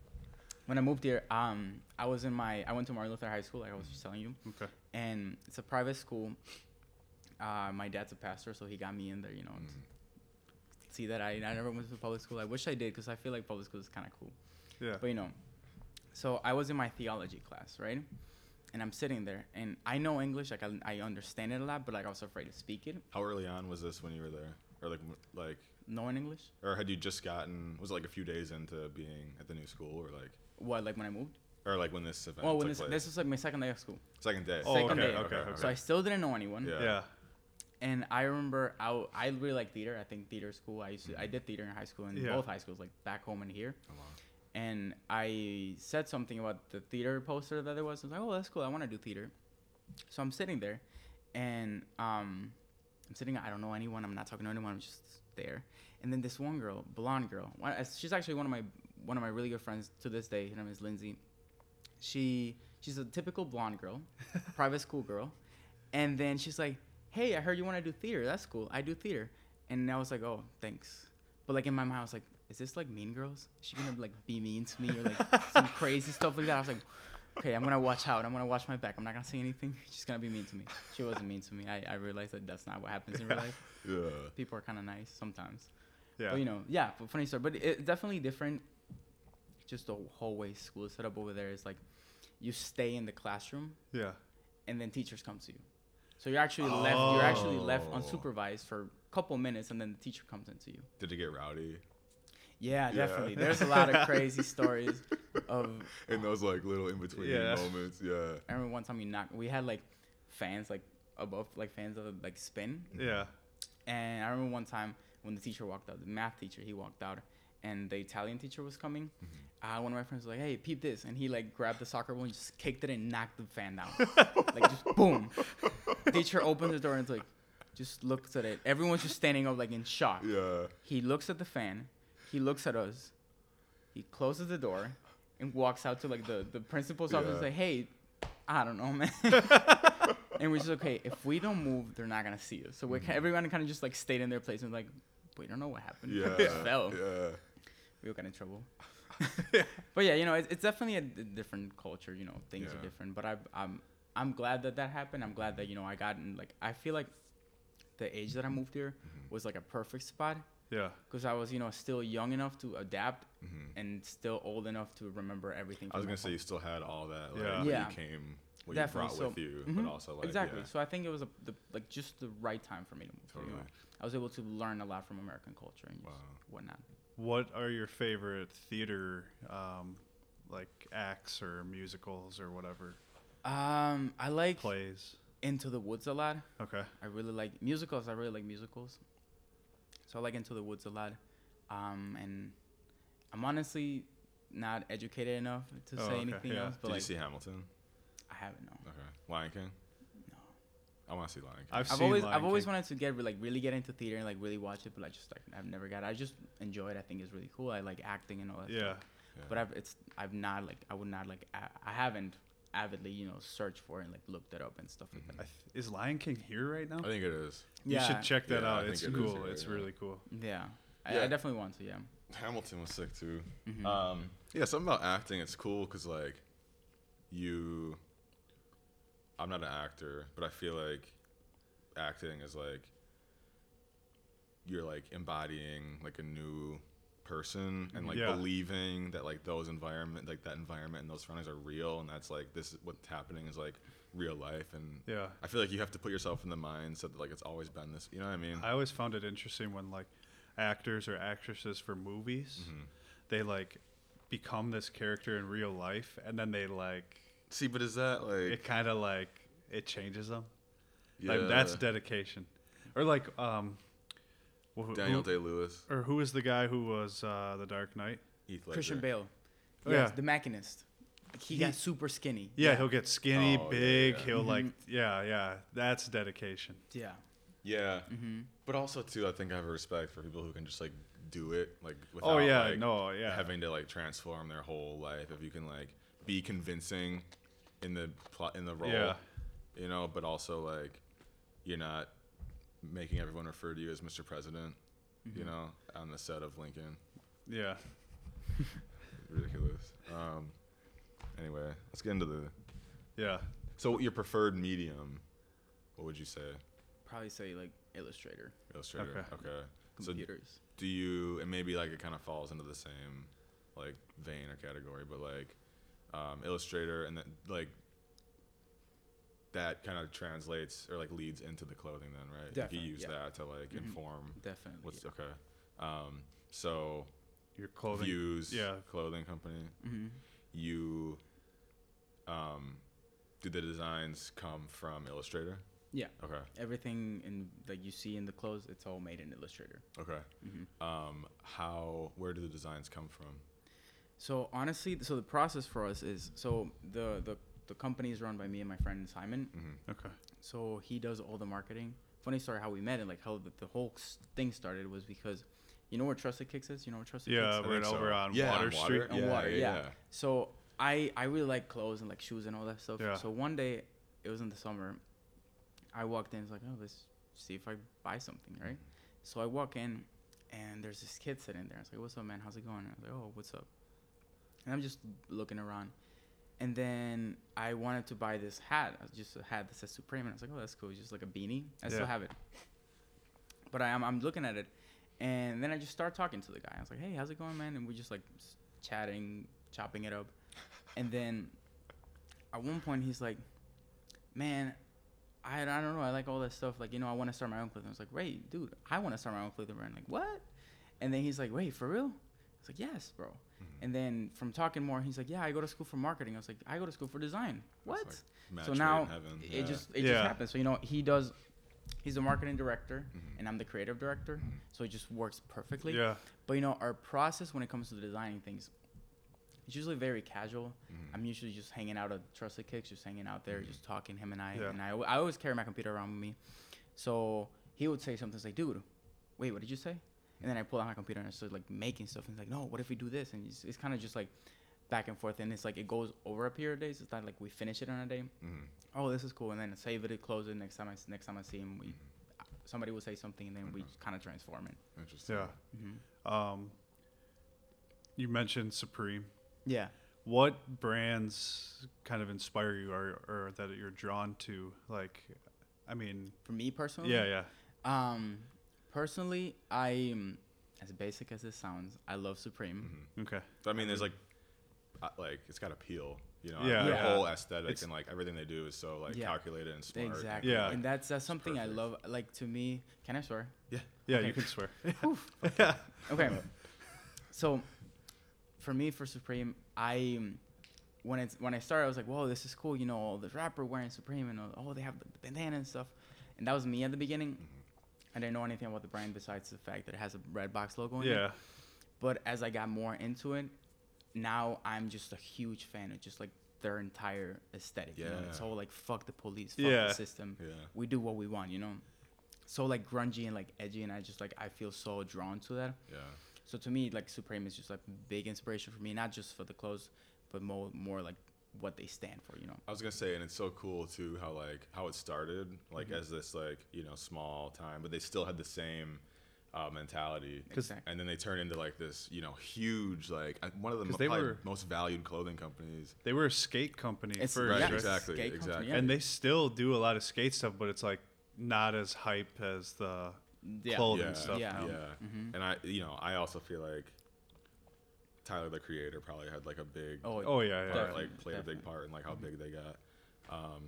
C: when I moved here, um, I was in my, I went to Martin Luther High School, like I was just telling you,
B: Okay.
C: and it's a private school. Uh, my dad's a pastor, so he got me in there, you know. to
A: Mm-hmm.
C: See that I, I never went to public school. I wish I did because I feel like public school is kind of cool.
B: Yeah.
C: But you know, so I was in my theology class, right? And I'm sitting there, and I know English, like I, I understand it a lot, but like I was afraid to speak it,
A: How early on was this when you were there, or like m- like,
C: knowing English.
A: or had you just gotten? Was it like a few days into being at the new school, or like,
C: What, like when I moved?
A: or like when this event?
C: Well, when
A: took
C: this,
A: place?
C: this was like my second day of school.
A: second day.
B: Oh,
C: Second
B: okay,
C: day.
B: okay.
A: Okay,
B: Okay.
C: So I still didn't know anyone.
A: Yeah.
B: yeah.
C: And I remember I, w- I really like theater. I think theater is cool. I used to, I
A: Mm-hmm.
C: did theater in high school and
B: Yeah.
C: both high schools, like back home and here.
A: Oh, wow.
C: and I said something about the theater poster that there was. I was like, oh, that's cool. I want to do theater. So I'm sitting there, and um, I'm sitting. I don't know anyone. I'm not talking to anyone. I'm just there. And then this one girl, blonde girl. one- uh, She's actually one of my one of my really good friends to this day. Her name is Lindsay. She she's a typical blonde girl, private school girl, and then she's like, "Hey, I heard you want to do theater. That's cool. I do theater." And I was like, "Oh, thanks." But like in my mind, I was like, "Is this like Mean Girls? Is she gonna like be mean to me or like some crazy stuff like that?" I was like, "Okay, I'm gonna watch out. I'm gonna watch my back. I'm not gonna say anything. She's gonna be mean to me." She wasn't mean to me. I, I realized that that's not what happens in real life.
A: Yeah.
C: People are kind of nice sometimes.
B: Yeah.
C: But you know, yeah, but funny story. But it definitely different. Just the whole way school is set up over there is like, you stay in the classroom
B: Yeah.
C: and then teachers come to you. So you're actually left. You're actually left
A: Oh.
C: unsupervised for a couple minutes, and then the teacher comes into you.
A: Did it get rowdy
C: Yeah,
A: Yeah.
C: definitely. There's a lot of crazy stories. Of
A: in those like little in between
B: Yeah.
A: moments? Yeah.
C: I remember one time we knocked. We had like fans like above, like fans of like spin.
A: Mm-hmm.
B: Yeah.
C: And I remember one time when the teacher walked out, the math teacher, he walked out, and the Italian teacher was coming. Uh, one of my friends was like, "Hey, peep this!" And he like grabbed the soccer ball and just kicked it and knocked the fan down, like just boom. teacher opens the door and it's like, just looks at it. Everyone's just standing up like in shock.
A: Yeah.
C: He looks at the fan. He looks at us. He closes the door and walks out to like the, the principal's office and
A: Yeah.
C: say, Hey, I don't know, man. and we're just okay. If we don't move, they're not gonna see us. So we're
A: Mm-hmm.
C: ki everyone kind of just like stayed in their place and like, we don't know what happened.
A: Yeah.
C: we fell.
A: Yeah.
C: We all got in trouble. but yeah, you know, it's, it's definitely a d- different culture. You know, things
A: Yeah.
C: are different. But I, I'm I'm glad that that happened. I'm glad that you know I got in, like I feel like the age that I moved here
A: Mm-hmm.
C: was like a perfect spot
B: Yeah.
C: because I was you know still young enough to adapt and still old enough to remember everything.
A: Mm-hmm. I
C: from
A: was gonna
C: my home.
A: say you still had all that. Like,
B: Yeah.
A: What
C: Yeah.
A: You came. What
C: Definitely,
A: you brought
C: so-
A: with you,
C: mhm,
A: but also like
C: exactly.
A: yeah.
C: So I think it was a, the, like just the right time for me to move. you know.
A: Totally.
C: I was able to learn a lot from American culture and just
A: Wow.
C: whatnot.
B: What are your favorite theater, um, like acts or musicals or whatever
C: Um, I like
B: plays?
C: Into the Woods a lot.
B: Okay.
C: I really like musicals. I really like musicals. So I like Into the Woods a lot. Um, and I'm honestly not educated enough to
B: Oh,
C: say
B: okay,
C: anything
B: yeah.
C: else, but
A: Did
C: like
A: you see Hamilton?
C: I haven't. No.
A: Okay. Lion King.
C: No.
A: I want to see Lion King.
B: I've,
C: I've
B: seen
C: always
B: Lion
C: I've always
B: King.
C: wanted to get re- like really get into theater and like really watch it, but I just like I've never got. It. I just enjoy it. I think it's really cool. I like acting and all that.
B: Yeah.
C: stuff. but I've it's I've not like I would not like a- I haven't avidly you know searched for it and like looked it up and stuff
A: Mm-hmm.
C: like
B: I th- is Lion King here right now?
A: I think it is.
B: You
C: that.
B: should check that
A: Yeah, I
B: out.
A: think
B: It's
A: it is
B: cool.
A: here,
B: It's
A: yeah.
B: really cool.
C: Yeah, I,
A: Yeah.
C: I definitely want to. Yeah, Mm-hmm.
A: Hamilton was sick too.
B: Mm-hmm.
A: Um, yeah, something about acting. It's cool because like you, I'm not an actor, but I feel like acting is like you're like embodying like a new person and like
B: Yeah.
A: believing that like those environment like that environment and those surroundings are real and that's like this is what's happening is like real life and
B: Yeah.
A: I feel like you have to put yourself in the mindset that like it's always been this you know what I mean
B: I always found it interesting when like actors or actresses for movies,
A: Mm-hmm.
B: they like become this character in real life, and then they like
A: see but is that
B: it
A: like
B: kind of like it changes them. Like that's
A: yeah,
B: dedication, or like um, wh- who,
A: Daniel Day Lewis
B: or who is the guy who was uh, the Dark Knight?
A: Heath Ledger.
C: Christian Bale,
B: Oh,
C: yes,
B: yeah.
C: the machinist. Like, he,
B: He-
C: got super skinny.
B: Yeah, he'll get skinny,
A: Oh, yeah,
B: big.
A: yeah. Mm-hmm.
B: He'll like yeah, yeah. That's dedication.
C: yeah.
A: Yeah.
B: Mm-hmm.
A: But also too, I think I have a respect for people who can just like do it, like without
B: Oh yeah,
A: like,
B: no, yeah.
A: having to like transform their whole life. If you can like be convincing in the plot in the role,
B: Yeah.
A: you know, but also like you're not making everyone refer to you as Mr. President,
B: Mm-hmm.
A: you know, on the set of Lincoln.
B: yeah.
A: Ridiculous. Um, anyway, let's get into the.
B: Yeah.
A: So your preferred medium? What would you say?
C: Probably say like illustrator,
A: Illustrator.
B: Okay.
A: okay. So
C: computers.
A: do you and maybe like it kind of falls into the same like vein or category but like um, illustrator and that like that kind of translates or like leads into the clothing then right like
C: Definitely,
A: you use
C: yeah. Mm-hmm.
A: that to like inform
C: definitely.
A: what's okay um, so
B: Your clothing.
A: views
B: Yeah.
A: clothing company
C: hmm
A: you um, do the designs come from illustrator
C: Yeah.
A: okay
C: Everything in that you see in the clothes, it's all made in Illustrator. Mm-hmm.
A: okay um, how where do the designs come from
C: So honestly, so the process for us is so the the the company is run by me and my friend Simon.
A: Mm-hmm.
B: Okay.
C: So he does all the marketing. Funny story how we met and like how the, the whole s- thing started was because, you know where Trusted Kicks is? You know where Trusted Kicks
B: Yeah,
A: I
B: we're
A: think
B: over
A: so.
B: on
A: Yeah,
B: Water
A: on Water.
B: Street.
C: on
A: Yeah,
C: water.
A: yeah,
C: Yeah,
A: yeah.
C: So I I really like clothes and like shoes and all that stuff.
B: Yeah.
C: So one day it was in the summer. I walked in. It's like, oh, let's see if I buy something, right? So I walk in, and there's this kid sitting there. I was like, what's up, man? How's it going? And I was like, oh, what's up? And I'm just looking around. And then I wanted to buy this hat, I was just a hat that says Supreme, and I was like, "Oh, that's cool." It's just like a beanie. I
B: Yeah.
C: still have it, but I am I'm looking at it, and then I just start talking to the guy. I was like, "Hey, how's it going, man?" And we just like s- chatting, chopping it up, and then at one point he's like, "Man, I, I don't know. I like all that stuff. Like, you know, I want to start my own clothing. I was like, wait, dude, I want to start my own clothing brand. Like, what? And then he's like, wait, for real? I was like, yes, bro. And then from talking more, he's like, yeah, I go to school for marketing. I was like, I go to school for design. What?
A: match
C: so
A: made
C: now
A: Mm-hmm. in heaven.
C: it
A: Yeah.
C: just it
B: Yeah.
C: just happens. So you know, he does. He's the marketing director,
A: Mm-hmm.
C: and I'm the creative director. So it just works perfectly.
B: Yeah.
C: But you know, our process when it comes to designing things, it's usually very casual. I'm usually just hanging out at Trusted Kicks, just hanging out there, just talking him and I.
B: Mm-hmm. Yeah.
C: And I, al- I always carry my computer around with me. So he would say something it's like, "Dude, wait, what did you say?" And then I pull out my computer and I start like making stuff. And he's like, "No, what if we do this?" And it's, it's kind of just like back and forth, and it's like it goes over a period of days. It's not like we finish it on a day.
A: Mhm.
C: Oh, this is cool, and then save it, close it. Next time I s- next time I see him, we
B: Mm-hmm.
C: somebody will say something, and then we kind of transform it. Mm-hmm.
A: Interesting.
B: Yeah. Um, you mentioned Supreme.
C: Yeah.
B: What brands kind of inspire you or, or that you're drawn to? Like, I mean,
C: For me personally.
B: yeah, yeah.
C: Um, personally, I mm, as basic as this sounds, I love Supreme.
B: Okay.
A: I mean, there's like, uh, like it's got appeal. You know,
B: Yeah,
A: the
B: yeah.
A: whole aesthetic
B: It's-
A: and like everything they do is so like
C: Yeah.
A: calculated and smart.
C: Exactly.
B: Yeah.
C: And that's that's something I
A: perfect.
C: love. Like to me, can I swear?
A: Yeah.
B: Yeah,
C: Okay.
B: you can swear.
C: Okay. so, for me, for Supreme, I mm, when it's when I started, I was like, "Whoa, this is cool!" You know, all this rapper wearing Supreme, and oh, they have the bandana and stuff. And that was me at the beginning. I didn't know anything about the brand besides the fact that it has a red box logo. In It.
B: yeah.
C: But as I got more into it, now I'm just a huge fan of just like their entire aesthetic. You know,
A: Yeah.
C: it's all like fuck the police, fuck
B: Yeah.
C: the system.
A: Yeah.
C: We do what we want, you know. So like grungy and like edgy, and I just like I feel so drawn to that.
A: Yeah.
C: So to me, like Supreme is just like big inspiration for me, not just for the clothes, but more more like what they stand for, you know.
A: I was gonna say, and it's so cool too how like how it started, like as this like you know small time, but they still had the same uh, mentality.
C: 'Cause- Exact-
A: And then they turned into like this, you know, huge like uh, one of the
B: 'Cause
A: mo-
B: they
A: probably
B: were-
A: most valued clothing companies.
B: They were a skate company
C: It's-
B: first,
A: Right,
C: yeah,
B: right?
C: it's a
A: exactly,
C: skate
A: exactly.
C: yeah.
B: And they still do a lot of skate stuff, but it's like not as hype as the
C: Yeah. Mm-hmm.
B: clothing
A: yeah,
B: stuff.
A: Yeah,
C: now.
A: and I, you know, I also feel like Tyler the Creator probably had like a big,
C: Oh,
B: Oh yeah, yeah.
A: part,
C: definitely,
A: like played a big
C: definitely.
A: part in like how big they got. Um,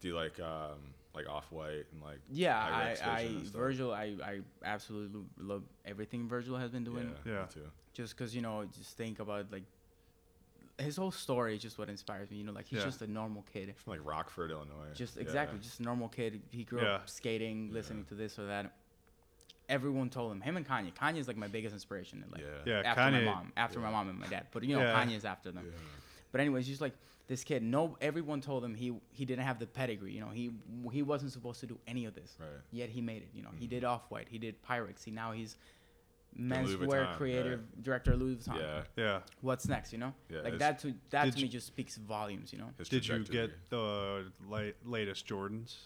A: do you like um, like Off White and like
C: yeah, I,
A: Irex's
C: I
A: vision and stuff?
C: Virgil, I, I absolutely lo- love everything Virgil has been doing.
A: yeah,
B: Yeah.
A: Me too.
C: just because you know just think about like his whole story is just what inspires me you know like he's
B: Yeah.
C: just a normal kid
A: From like Rockford, Illinois.
C: just
A: Yeah.
C: exactly just a normal kid he grew
B: Yeah.
C: up skating listening to this or that everyone told him him and kanye kanye's like my biggest inspiration like
A: yeah.
B: Yeah,
C: after
B: Kanye-
C: my mom after my
A: yeah.
C: mom and my dad but you know
B: Yeah.
C: kanye's after them
A: Yeah.
C: but anyways just like this kid no everyone told him he he didn't have the pedigree you know he he wasn't supposed to do any of this
A: Right. Mm-hmm.
C: yet he made it. You know, he did Off White, he did Pyrex. He now he's menswear
A: Vuitton,
C: creative director of Louis Vuitton.
A: Yeah.
B: yeah.
C: What's next? You know,
A: Yeah,
C: like
A: it's-
C: that to that
B: Did
C: to me
B: you-
C: just speaks volumes. You know,
A: His
B: Did you
A: trajectory.
B: get the la- latest Jordans?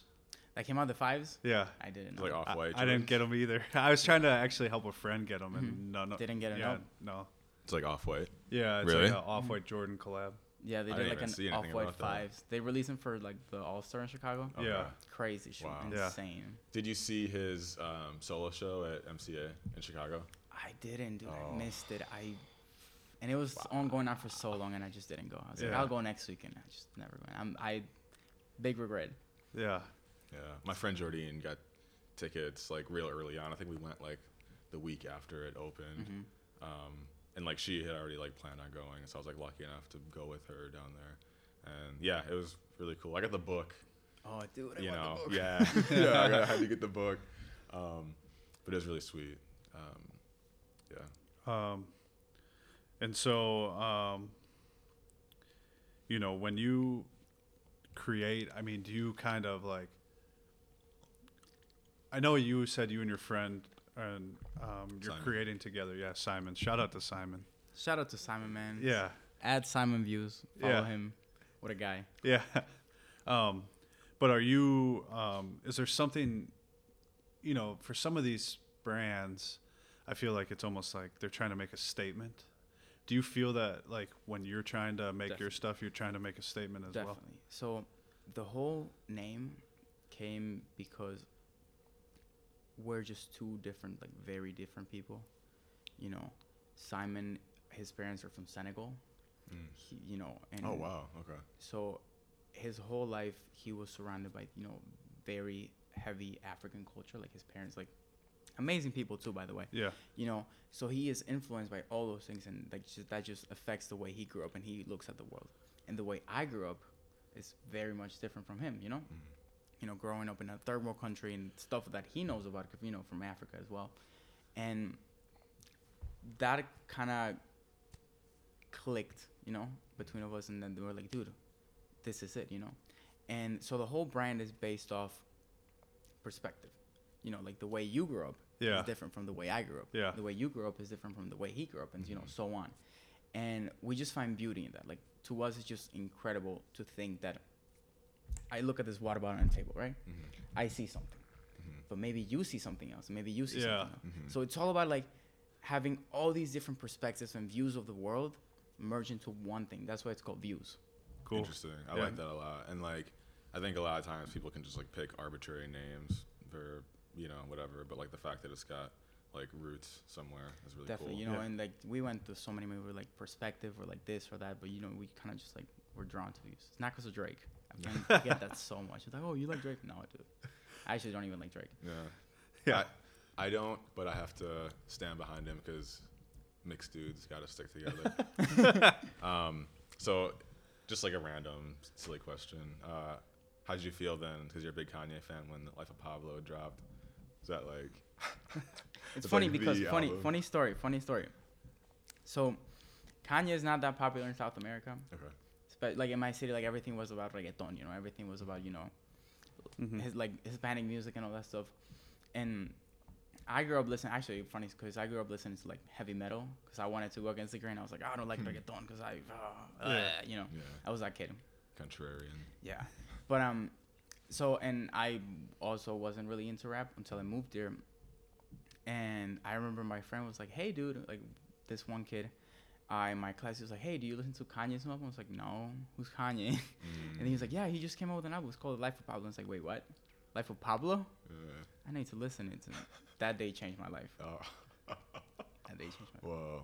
C: like him on the fives.
B: Yeah.
C: I didn't.
A: It's
C: Know.
A: like
B: I,
A: off white?
B: I didn't get them either. I was trying to actually help a friend get them, and none of
C: Mm-hmm. Didn't get 'em,
B: Yeah,
C: no?
B: no.
A: It's like off white.
B: Yeah, it's
A: Really?
B: like an off-white Jordan collab.
C: yeah, they
A: I
C: did
A: didn't
C: like
A: even see
C: an Off
A: anything
C: White
A: about that.
C: fives. They released him for like the All Star in Chicago.
A: Okay.
B: Yeah.
C: Crazy shoot,
A: Wow.
B: Yeah.
C: insane.
A: Did you see his um, solo show at MCA in Chicago?
C: I didn't, dude.
A: Oh.
C: I missed it. I. And it was on going on for so long, and I just didn't go. I was like,
B: Yeah.
C: I'll go next weekend. I just never went. I'm, I, big regret.
B: Yeah.
A: Yeah. My friend Jordine got tickets like real early on. I think we went like the week after it opened. Um, and like she had already like planned on going, so I was like lucky enough to go with her down there. And yeah, it was really cool. I got the book,
C: Oh, dude,
A: you know. Yeah. yeah, I, got- I had to get the book. Um, but it was really sweet. Um, yeah.
B: Um, and so, um, you know, when you create, I mean, do you kind of like? I know you said you and your friend and um, you're
A: Simon.
B: creating together. Yeah, Simon. Shout out to Simon.
C: Shout out to Simon, man.
B: Yeah,
C: Add Simon Views. Follow
B: Yeah.
C: him. What a guy.
B: yeah. Um, but are you? Um, is there something? You know, for some of these brands, I feel like it's almost like they're trying to make a statement. Do you feel that like when you're trying to make your
C: Definitely.
B: stuff, you're trying to make a statement as
C: Definitely. So the whole name came because we're just two different, like very different people. You know, Simon, his parents are from Senegal.
A: Mm.
C: He, you know, and
A: Oh wow. Okay.
C: so his whole life he was surrounded by you know very heavy African culture. Like his parents, like amazing people too, by the way.
B: well? Yeah,
C: you know so he is influenced by all those things and like just, that just affects the way he grew up and he looks at the world and the way i grew up is very much different from him you know you know growing up in a third world country and stuff that he knows about you know from africa as well and that kind of clicked you know between of us and then they were like dude this is it you know and so the whole brand is based off perspective you know like the way you grew up
B: Yeah.
C: is different from the way i grew up
B: Yeah. Mm-hmm.
C: the way you grew up is different from the way he grew up and you know so on and we just find beauty in that. Like to us, it's just incredible to think that I look at this water bottle on the table, right?
B: Mm-hmm.
C: I see something, but maybe you see something else. Maybe you see
B: Yeah. Mm-hmm.
C: something. Else. So it's all about like having all these different perspectives and views of the world merge into one thing. That's why it's called views.
B: Cool.
A: Interesting. I
B: Yeah.
A: like that a lot. And like, I think a lot of times people can just like pick arbitrary names for you know whatever, but like the fact that it's got like roots somewhere is really
C: Definitely,
A: cool.
C: you know,
B: Yeah.
C: and like we went through so many movies with like perspective or like this or that, but you know, we kind of just like we're drawn to these. It's not because of Drake. I mean, I get that so much. It's like, oh, you like Drake? No, I do. I actually don't even like Drake.
A: Yeah.
B: Yeah.
A: I, I don't, but I have to stand behind him because mixed dudes got to stick together. um, so, just like a random silly question, uh, how did you feel then? Because you're a big Kanye fan when Life of Pablo dropped. Is that like? It's
C: It's funny
A: like
C: because
A: the
C: funny,
A: album.
C: funny story, funny story. So, Kanye is not that popular in South America,
A: Okay.
C: but like in my city, like everything was about reggaeton. You know, everything was about you know
B: Mhm.
C: his like Hispanic music and all that stuff. And I grew up listening. Actually, funny because I grew up listening to like heavy metal because I wanted to go against the grain. I was like, "Oh, I don't like reggaeton because I, uh,
B: Yeah.
C: uh," you know,
A: Yeah.
C: I was that kid.
A: Contrarian.
C: Yeah, but um, so and I also wasn't really into rap until I moved here, and I remember my friend was like, "Hey, dude!" Like this one kid, I in my class he was like, "Hey, do you listen to Kanye's new album?" I was like, "No, who's Kanye?"
A: Mm,
C: And he was like, "Yeah, he just came out with an album. It's called Life of Pablo." I was like, "Wait, what? Life of Pablo?
A: Yeah.
C: I need to listen to it." That day changed my life.
A: Oh,
C: That day changed my life.
A: whoa.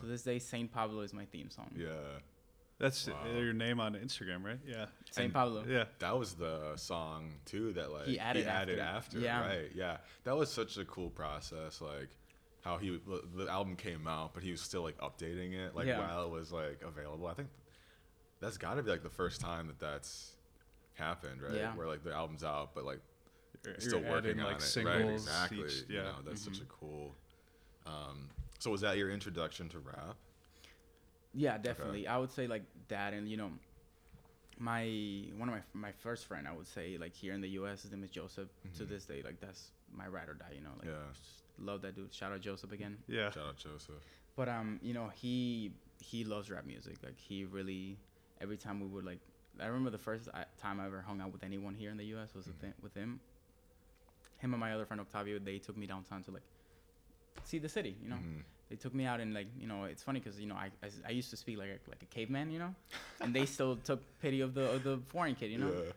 C: To
A: Yeah.
C: this day, Saint Pablo is my theme song.
A: Yeah.
B: That's
A: Wow.
B: your name on Instagram, right? Yeah.
C: Saint
A: And-
C: Pablo.
B: Yeah.
A: That was the song too that like
C: He added after.
A: after,
C: Yeah.
A: right? Yeah, that was such a cool process. Like how he the- the album came out, but he was still like updating it, like
C: Yeah.
A: while it was like available. I think that's got to be like the first time that that's happened, right?
C: Yeah.
A: Where like the album's out, but like
B: You're,
A: you're still
B: you're
A: working
B: adding,
A: on
B: like
A: it,
B: singles.
A: right? Exactly.
B: Each,
A: You
B: yeah. Mm-hmm.
A: know, that's such a cool. Um, so was that your introduction to rap?
C: Yeah, definitely. I would say like that, and you know, my one of my my first friend, I would say like here in the U.S. His name is Joseph. To this day, like that's my ride or die. You know, like
A: Yeah.
C: just love that dude. Shout out Joseph again.
B: Yeah.
A: Shout out Joseph.
C: But um, you know, he he loves rap music. Like he really, every time we would like, I remember the first I- time I ever hung out with anyone here in the U.S. was with him- with him. Him and my other friend Octavio, they took me downtown to like see the city. You know
A: Mhm.
C: they took me out and like you know it's funny because you know I, I I used to speak like a, like a caveman you know and they still took pity of the of the foreign kid you know
A: Yeah.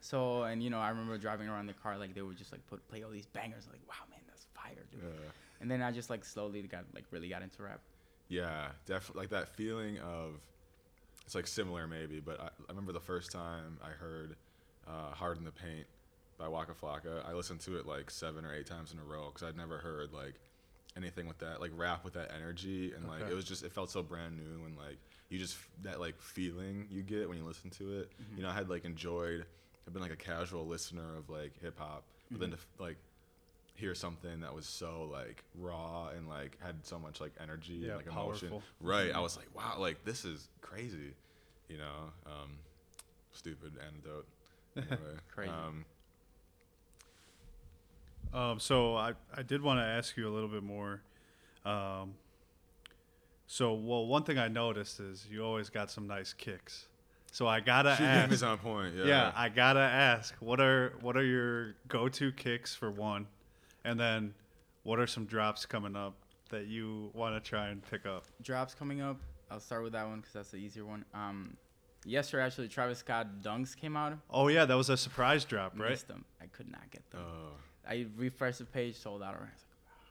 C: so and you know I remember driving around the car like they would just like put play all these bangers like wow man that's fire dude
A: yeah.
C: and then I just like slowly got like really got into rap
A: Yeah, definitely. Like that feeling of it's like similar maybe, but I, I remember the first time I heard uh, "Hard in the Paint" by Waka Flocka. I listened to it like seven or eight times in a row because I'd never heard like anything with that like rap with that energy and like
B: Okay.
A: it was just it felt so brand new and like you just that like feeling you get when you listen to it
B: Mm-hmm.
A: you know i had like enjoyed i've been like a casual listener of like hip-hop but then to
B: Mm-hmm.
A: f- like hear something that was so like raw and like had so much like energy
B: Yeah,
A: and like emotion
B: powerful. Mm-hmm.
A: right i was like wow like this is crazy you know um stupid anecdote anyway.
C: Crazy.
A: um,
B: Um, so I, I did want to ask you a little bit more. Um, so well, one thing I noticed is you always got some nice kicks. So I gotta
A: shoot game
B: ask.
A: is on point yeah,
B: yeah. I gotta ask. What are what are your go-to kicks for one, and then what are some drops coming up that you want to try and pick up?
C: drops coming up I'll start with that one because that's the easier one um yesterday actually Travis Scott dunks came out
B: Oh yeah, that was a surprise drop, right?
C: missed them I could not get them
A: oh
C: I refreshed the page sold out already.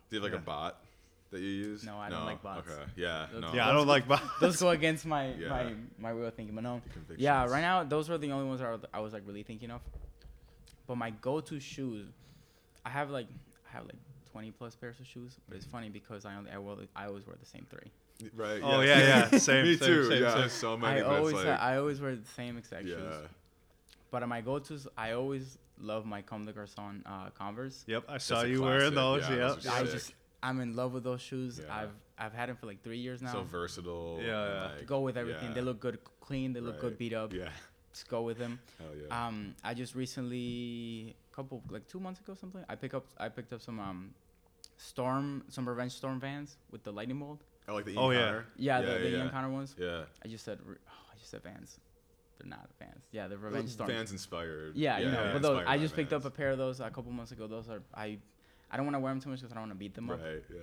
A: do you have like
B: Yeah.
A: a bot that you use
C: No, I don't like bots.
A: okay yeah
C: Those-
A: no.
B: Yeah, I don't like. bo-
C: those go against my
A: Yeah.
C: my my way of thinking. But no,
A: Your
C: yeah,
A: convictions.
C: right now those were the only ones I was, I was like really thinking of. But my go-to shoes, I have like I have like twenty plus pairs of shoes. But
A: Mm-hmm.
C: it's funny because I only I, will, I always wear the same three.
A: Right.
B: Oh, yeah, yeah, same,
A: Me
B: same,
A: too.
B: same,
A: yeah,
B: same.
A: there's so many.
C: I
A: but it's
C: always
A: like,
C: I always wear the same exact
A: yeah.
C: shoes. But uh, my go-tos, I always love my Comme des Garçons uh, Converse.
B: yep, I saw
A: a
B: you wearing those.
A: classic.
B: Yeah,
A: Yeah,
B: yep.
A: those are
C: I
A: Sick.
C: just I'm in love with those shoes.
A: Yeah.
C: I've I've had them for like three years now.
A: So versatile.
B: Yeah,
A: and,
B: yeah.
A: like,
C: go with everything.
A: yeah,
C: They look good, clean. They look good,
A: right.
C: beat up.
A: Yeah.
C: Just go with them.
A: Hell yeah.
C: Um, I just recently, a couple like two months ago, something. I pick up, I picked up some um, storm, some revenge storm vans with the lightning bolt.
A: Oh, like the Ian
B: Oh, yeah.
A: Connor?
C: Yeah, the,
A: yeah,
C: the
A: yeah.
C: Ian Connor ones.
A: Yeah.
C: I just said, re- oh, I just said Vans. They're not Vans. Yeah, the Revenge Storm.
A: Fans inspired.
C: Yeah, you know,
B: yeah,
C: but those,
A: inspired
C: I
A: by
C: just picked up a
A: Vans.
C: pair of those a couple months ago. Those are I, I don't want to wear them too much because I don't want to beat them up.
A: Right. Yeah.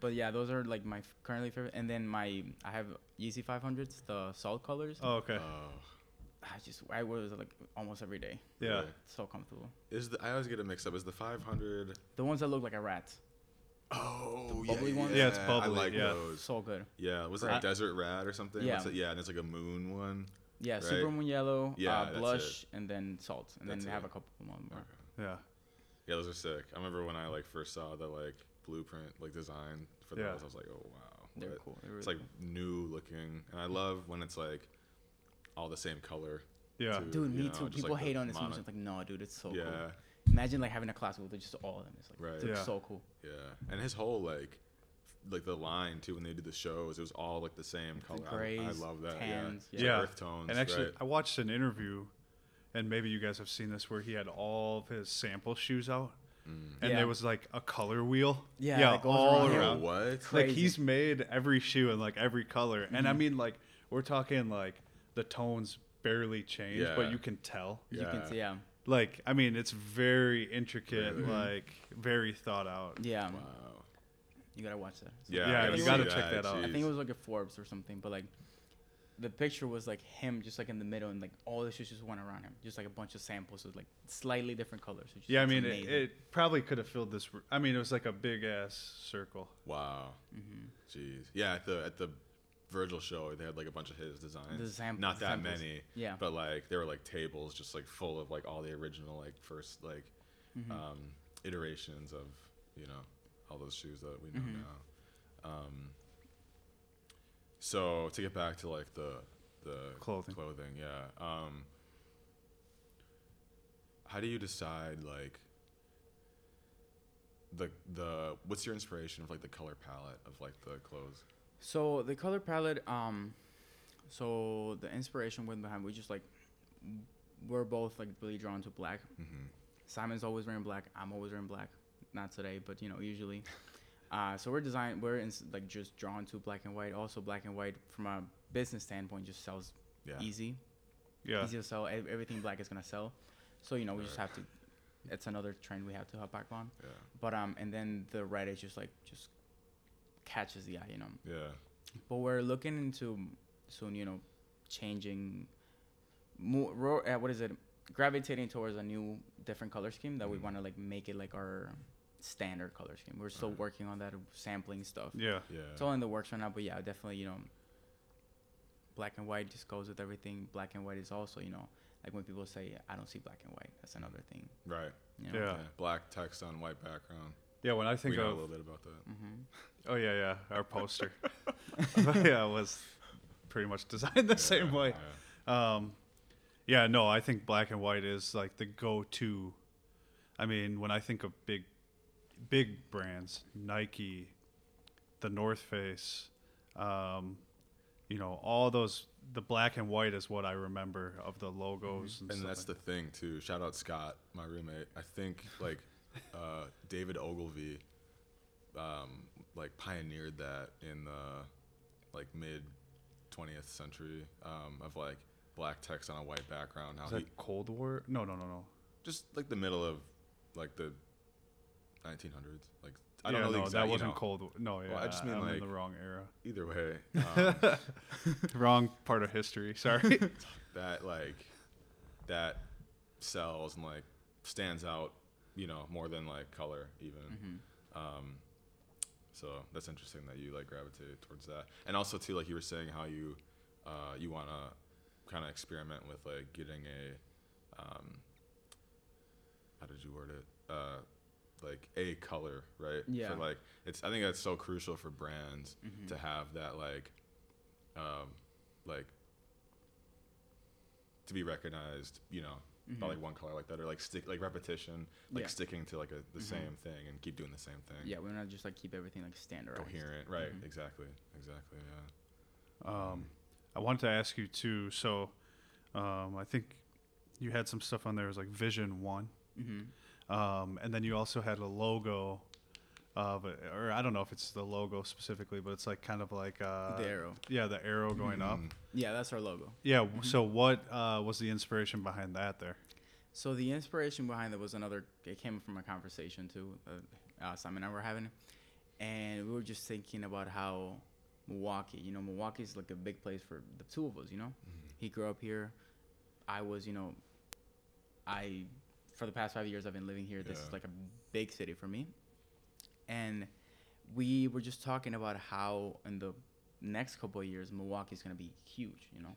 C: But yeah, those are like my f- currently favorite. And then my I have Yeezy 500s, the salt colors.
B: Oh, okay.
A: Oh.
C: I just I wear those like almost every day.
B: yeah.
A: yeah.
C: It's so comfortable.
A: Is the I always get it mixed up. Is the 500?
C: The ones that look like a rat,
A: Oh,
C: The bubbly
A: yeah,
C: ones?
B: Yeah, it's
A: I
B: bubbly,
A: like
B: yeah.
A: those.
C: so good.
A: Yeah, was it
C: Right.
A: a desert rat or something?
C: Yeah.
A: What's it- yeah, and it's like a moon one.
C: Yeah,
A: Right.
C: Supermoon yellow,
A: Yeah, that's
C: uh,
A: it.
C: blush, and then salt, and
A: That's
C: then they
A: it.
C: have a couple more.
B: Yeah.
A: Yeah, those are sick. I remember when I like first saw the like blueprint like design for
B: Yeah.
A: those. I was like, oh wow,
C: They're
A: What?
C: cool. They're
A: It's
C: really
A: like new looking, and I love when it's like all the same color.
B: Yeah.
C: cool. dude, me
A: you know,
C: too.
A: just,
C: People
A: like, the
C: hate on it so
A: mono-
C: much. I'm like, no, dude, it's so
A: yeah,
C: cool. Imagine like having a class with just all of them. It's like
A: Right.
C: it's like,
B: Yeah.
C: so cool.
A: yeah, and his whole like like the line too when they did the shows, it was all like the same color. I- I,
C: grays,
A: love that.
C: tans,
A: yeah, It's like
B: yeah.
A: earth tones.
B: And actually,
A: right?
B: I watched an interview, and maybe you guys have seen this, where he had all of his sample shoes out,
A: Mm.
B: and
C: Yeah.
B: there was like a color wheel.
C: Yeah,
B: yeah,
C: that goes
B: all
C: around.
B: around.
C: Yeah.
A: Bro, Oh, what?
B: Like
C: Crazy. Mm-hmm.
B: he's made every shoe in like every color, and I mean like we're talking like the tones barely change,
A: Yeah.
B: but you can tell.
C: You can see, yeah,
B: Like I mean, it's very intricate,
A: Really? Mm-hmm.
B: like very thought out.
C: yeah.
A: Wow.
C: You gotta watch that. It's
A: Yeah,
B: Yeah,
A: I
B: you
A: see
B: gotta check that out.
C: I think
A: jeez.
C: it was like a Forbes or something, but like the picture was like him just like in the middle and like all the shoes just went around him. Just like a bunch of samples with like slightly different colors. which is-
B: Yeah, I
C: it's
B: mean, it,
C: amazing.
B: it probably could have filled this. r- I mean, it was like a big ass circle.
A: Wow.
C: Mm-hmm.
A: Jeez. Yeah, at the at the Virgil show, they had like a bunch of his designs.
C: The sam-
A: Not that
C: samples.
A: many.
C: Yeah.
A: But like there were like tables just like full of like all the original like first like
B: Hmm.
C: Mm-hmm.
A: um, iterations of you know all those shoes that we know
B: Mm-hmm.
A: now. Um, so to get back to like the the
B: Clothing.
A: clothing, yeah. Um, how do you decide like the the what's your inspiration of like the color palette of like the clothes?
C: So the color palette, um, so the inspiration went behind. We just like we're both like really drawn to black.
A: Mm-hmm.
C: Simon's always wearing black. I'm always wearing black. Not today, but you know usually. Uh, so we're design we're in, like just drawn to black and white. Also black and white from a business standpoint just sells
A: Yeah.
C: easy,
B: Yeah,
C: easy to sell. E- Everything black is gonna sell. So you know we just have to. It's another trend we have to hop back on.
A: Yeah.
C: But um, and then the red is just like just catches the eye, you know.
A: Yeah.
C: But we're looking into soon, you know, changing, more, ro- uh, what is it? Gravitating towards a new, different color scheme that we
B: Mm-hmm.
C: want to like make it like our standard color scheme. We're still working on that, sampling stuff.
B: yeah,
A: Yeah.
C: It's all in the works right now, but yeah, definitely, you know, black and white just goes with everything. Black and white is also, you know, like when people say, I don't see black and white, that's another thing.
A: right.
C: You know?
B: yeah,
A: Yeah. Black text on white background.
B: yeah. When I think
A: we know a
B: of
A: little bit about that.
B: Oh yeah, yeah, our poster. yeah, it was pretty much designed the same way. Um, yeah, no, I think black and white is like the go-to. I mean, when I think of big, big brands, Nike, the North Face, um, you know, all those. The black and white is what I remember of the logos and,
A: And
B: stuff.
A: that's the thing too. Shout out Scott, my roommate. I think like uh, David Ogilvy, um, like pioneered that in the like mid 20th century um, of like black text on a white background. How
B: Is
A: he
B: that Cold War? No, no, no, no.
A: just like the middle of like the 1900s. Like I don't
B: Yeah,
A: know the
B: no,
A: exact.
B: that
A: you
B: wasn't
A: know,
B: Cold War. No, yeah,
A: I just mean,
B: I'm
A: like-
B: in the wrong era,
A: Either way, um,
B: wrong part of history. Sorry.
A: that like that sells and like stands out, you know, more than like color even.
B: Mm-hmm.
C: Mm-hmm,
A: Um, so that's interesting that you like gravitate towards that, and also too, like you were saying, how you uh, you want to kind of experiment with like getting a um, how did you word it? Uh, like a color, right?
C: Yeah.
A: For like it's, I think that's so crucial for brands
C: mm-hmm,
A: to have that like, um, like to be recognized, you know,
C: mm-hmm.
A: by like one color like that, or like stick like repetition, like
C: Yeah. Mm-hmm.
A: sticking to like a, the same thing and keep doing the same thing.
C: Yeah, we're not just like keep everything like standardized.
A: Coherent, right?
B: Mm-hmm.
A: Exactly, exactly. Yeah.
B: Um, I wanted to ask you too. So, um, I think you had some
C: Mm-hmm.
B: stuff on there. It was like Vision One,
C: hmm
B: um, and then you also had a logo uh, but, or I don't know if it's the logo specifically, but it's like kind of like uh,
C: The arrow.
B: Yeah, the arrow going up.
A: Mm-hmm.
C: Yeah, that's our logo.
B: Yeah. w So what uh, was the inspiration behind that? There.
C: So the inspiration behind that was another. It came from a conversation too, uh, uh, Simon and I were having, and we were just thinking about how Milwaukee. You know, Milwaukee's like a big place for the two of us. You know, he grew up here. I was, you know, I for the past five years I've been living here. This is
A: Yeah.
C: like a big city for me, and we were just talking about how in the next couple of years Milwaukee's going to be huge. You know,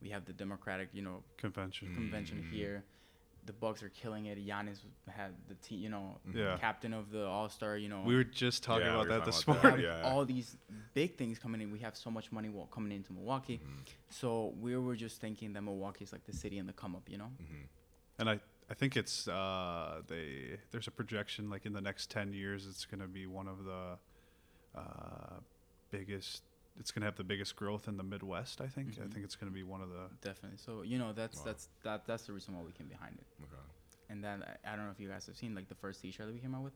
C: we have the Democratic, you know,
B: Convention.
A: Mm.
C: convention here. The Bucks are killing it. Giannis had the team, you know,
B: Yeah.
C: captain of the All Star. You know,
B: We were just talking
A: Yeah, we
B: about
A: were talking
B: that this
A: about that,
B: morning.
A: yeah.
C: all these big things coming in. We have so much money wa- coming into Milwaukee,
A: Mm.
C: so we were just thinking that Milwaukee's like the city in the come up. You know,
A: Mm-hmm.
B: And I, I think it's uh, they. There's a projection like in the next ten years, it's going to be one of the uh, biggest. It's going to have the biggest growth in the Midwest. I think.
A: Mm-hmm.
B: I think it's going to be one of the.
C: definitely. So you know, that's
A: Wow.
C: that's that that's the reason why we came behind it.
A: Okay.
C: And then I, I don't know if you guys have seen like the first T-shirt that we came out with.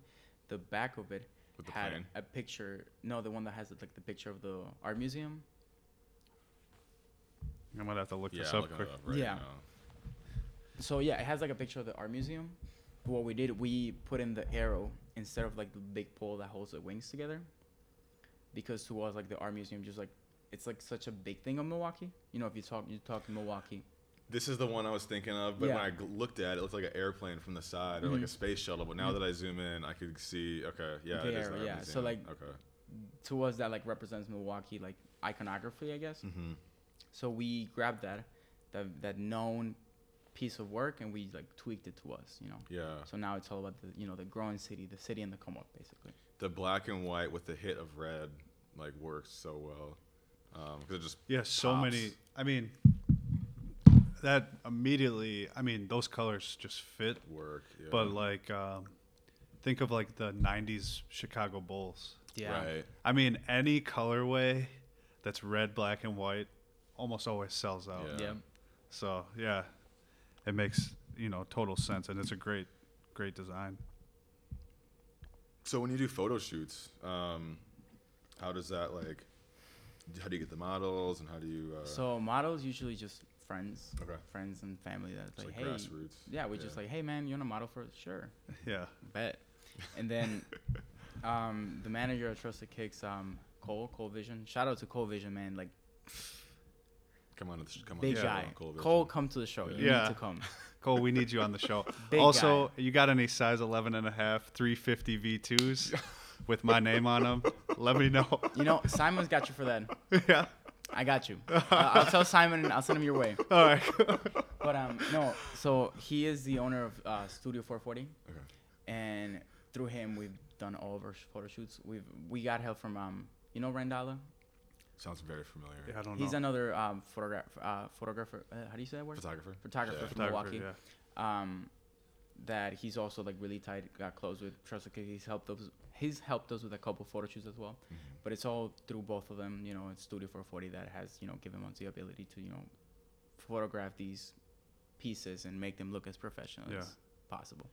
C: The back of it
A: With the
C: had
A: plane?
C: a picture. No, the one that has like the picture of the art museum.
B: I might have to look
A: Yeah,
B: this
A: I'm
B: up
A: looking it
B: quick.
A: up right
C: Yeah.
A: now.
C: So yeah, it has like a picture of the art museum. What we did, we put in the arrow instead of like the big pole that holds the wings together, because to us like the art museum just like it's like such a big thing in Milwaukee. You know, if you talk you talk Milwaukee,
A: This is the one I was thinking of, but when
C: Yeah.
A: I gl- looked at it, it looked like an airplane from the side or
B: Mm-hmm.
A: like a space shuttle. But now that I zoom in, I could see. Okay, yeah, it is.
C: There,
A: an art
C: yeah, so,
A: museum.
C: like-
A: okay,
C: to us that like represents Milwaukee like iconography, I guess.
A: mm-hmm.
C: So we grabbed that, that that known piece of work and we like tweaked it to us. You know.
A: yeah,
C: So now it's all about the you know the growing city, the city and the come up basically.
A: the black and white with the hit of red like works so well because it just
B: Yeah, so
A: pops.
B: many. I mean, that immediately. I mean, those colors just fit.
A: work. Yeah.
B: But like, um, think of like the '90s Chicago Bulls.
A: right,
B: I mean, any colorway that's red, black, and white almost always sells out.
A: Yeah.
C: Yeah.
B: So yeah, it makes you know total sense, and it's a great, great design.
A: So when you do photo shoots, um, how does that like? d- How do you get the models and how do you? Uh,
C: So models usually just friends,
A: Okay.
C: friends and family. That's
A: it's
C: like,
A: like
C: hey,
A: grassroots.
C: yeah, we're just like, hey man, you want a model for us? Sure,
B: Yeah.
C: bet. And then um, the manager of Trusted Kicks, um, Cole, Cole Vision. Shout out to Cole Vision, man. Like
A: come on, to the sh- come on,
C: big
A: to the show,
C: guy. Cole,
A: Cole Vision.
C: come to the show. You
B: Yeah.
C: need to come.
B: Cole, we need you on the show.
C: Big
B: also, you got any size 11 and a half, 350 V2s with my name on them? Let me know.
C: You know, Simon's got you for that.
B: yeah.
C: I got you. Uh, I'll tell Simon. and I'll send him your way.
B: All right.
C: But um, no. So he is the owner of uh, Studio 440.
A: Okay.
C: and through him we've done all of our sh- photo shoots. We've we got help from um you know Randala.
A: Sounds very familiar.
B: Yeah, I don't
C: He's
B: know.
C: another um photograph uh, photographer. Uh, how do you say that word?
A: Photographer.
C: Photographer
A: Yeah.
C: from
B: Photographer,
C: Milwaukee. Um, that he's also like really tight, got close with Trusted Kick. He's helped us. He's helped us with a couple photo shoots as well.
A: Mm-hmm.
C: But it's all through both of them. You know, it's Studio 440 that has you know given us the ability to you know photograph these pieces and make them look as professional
B: Yeah.
C: as possible.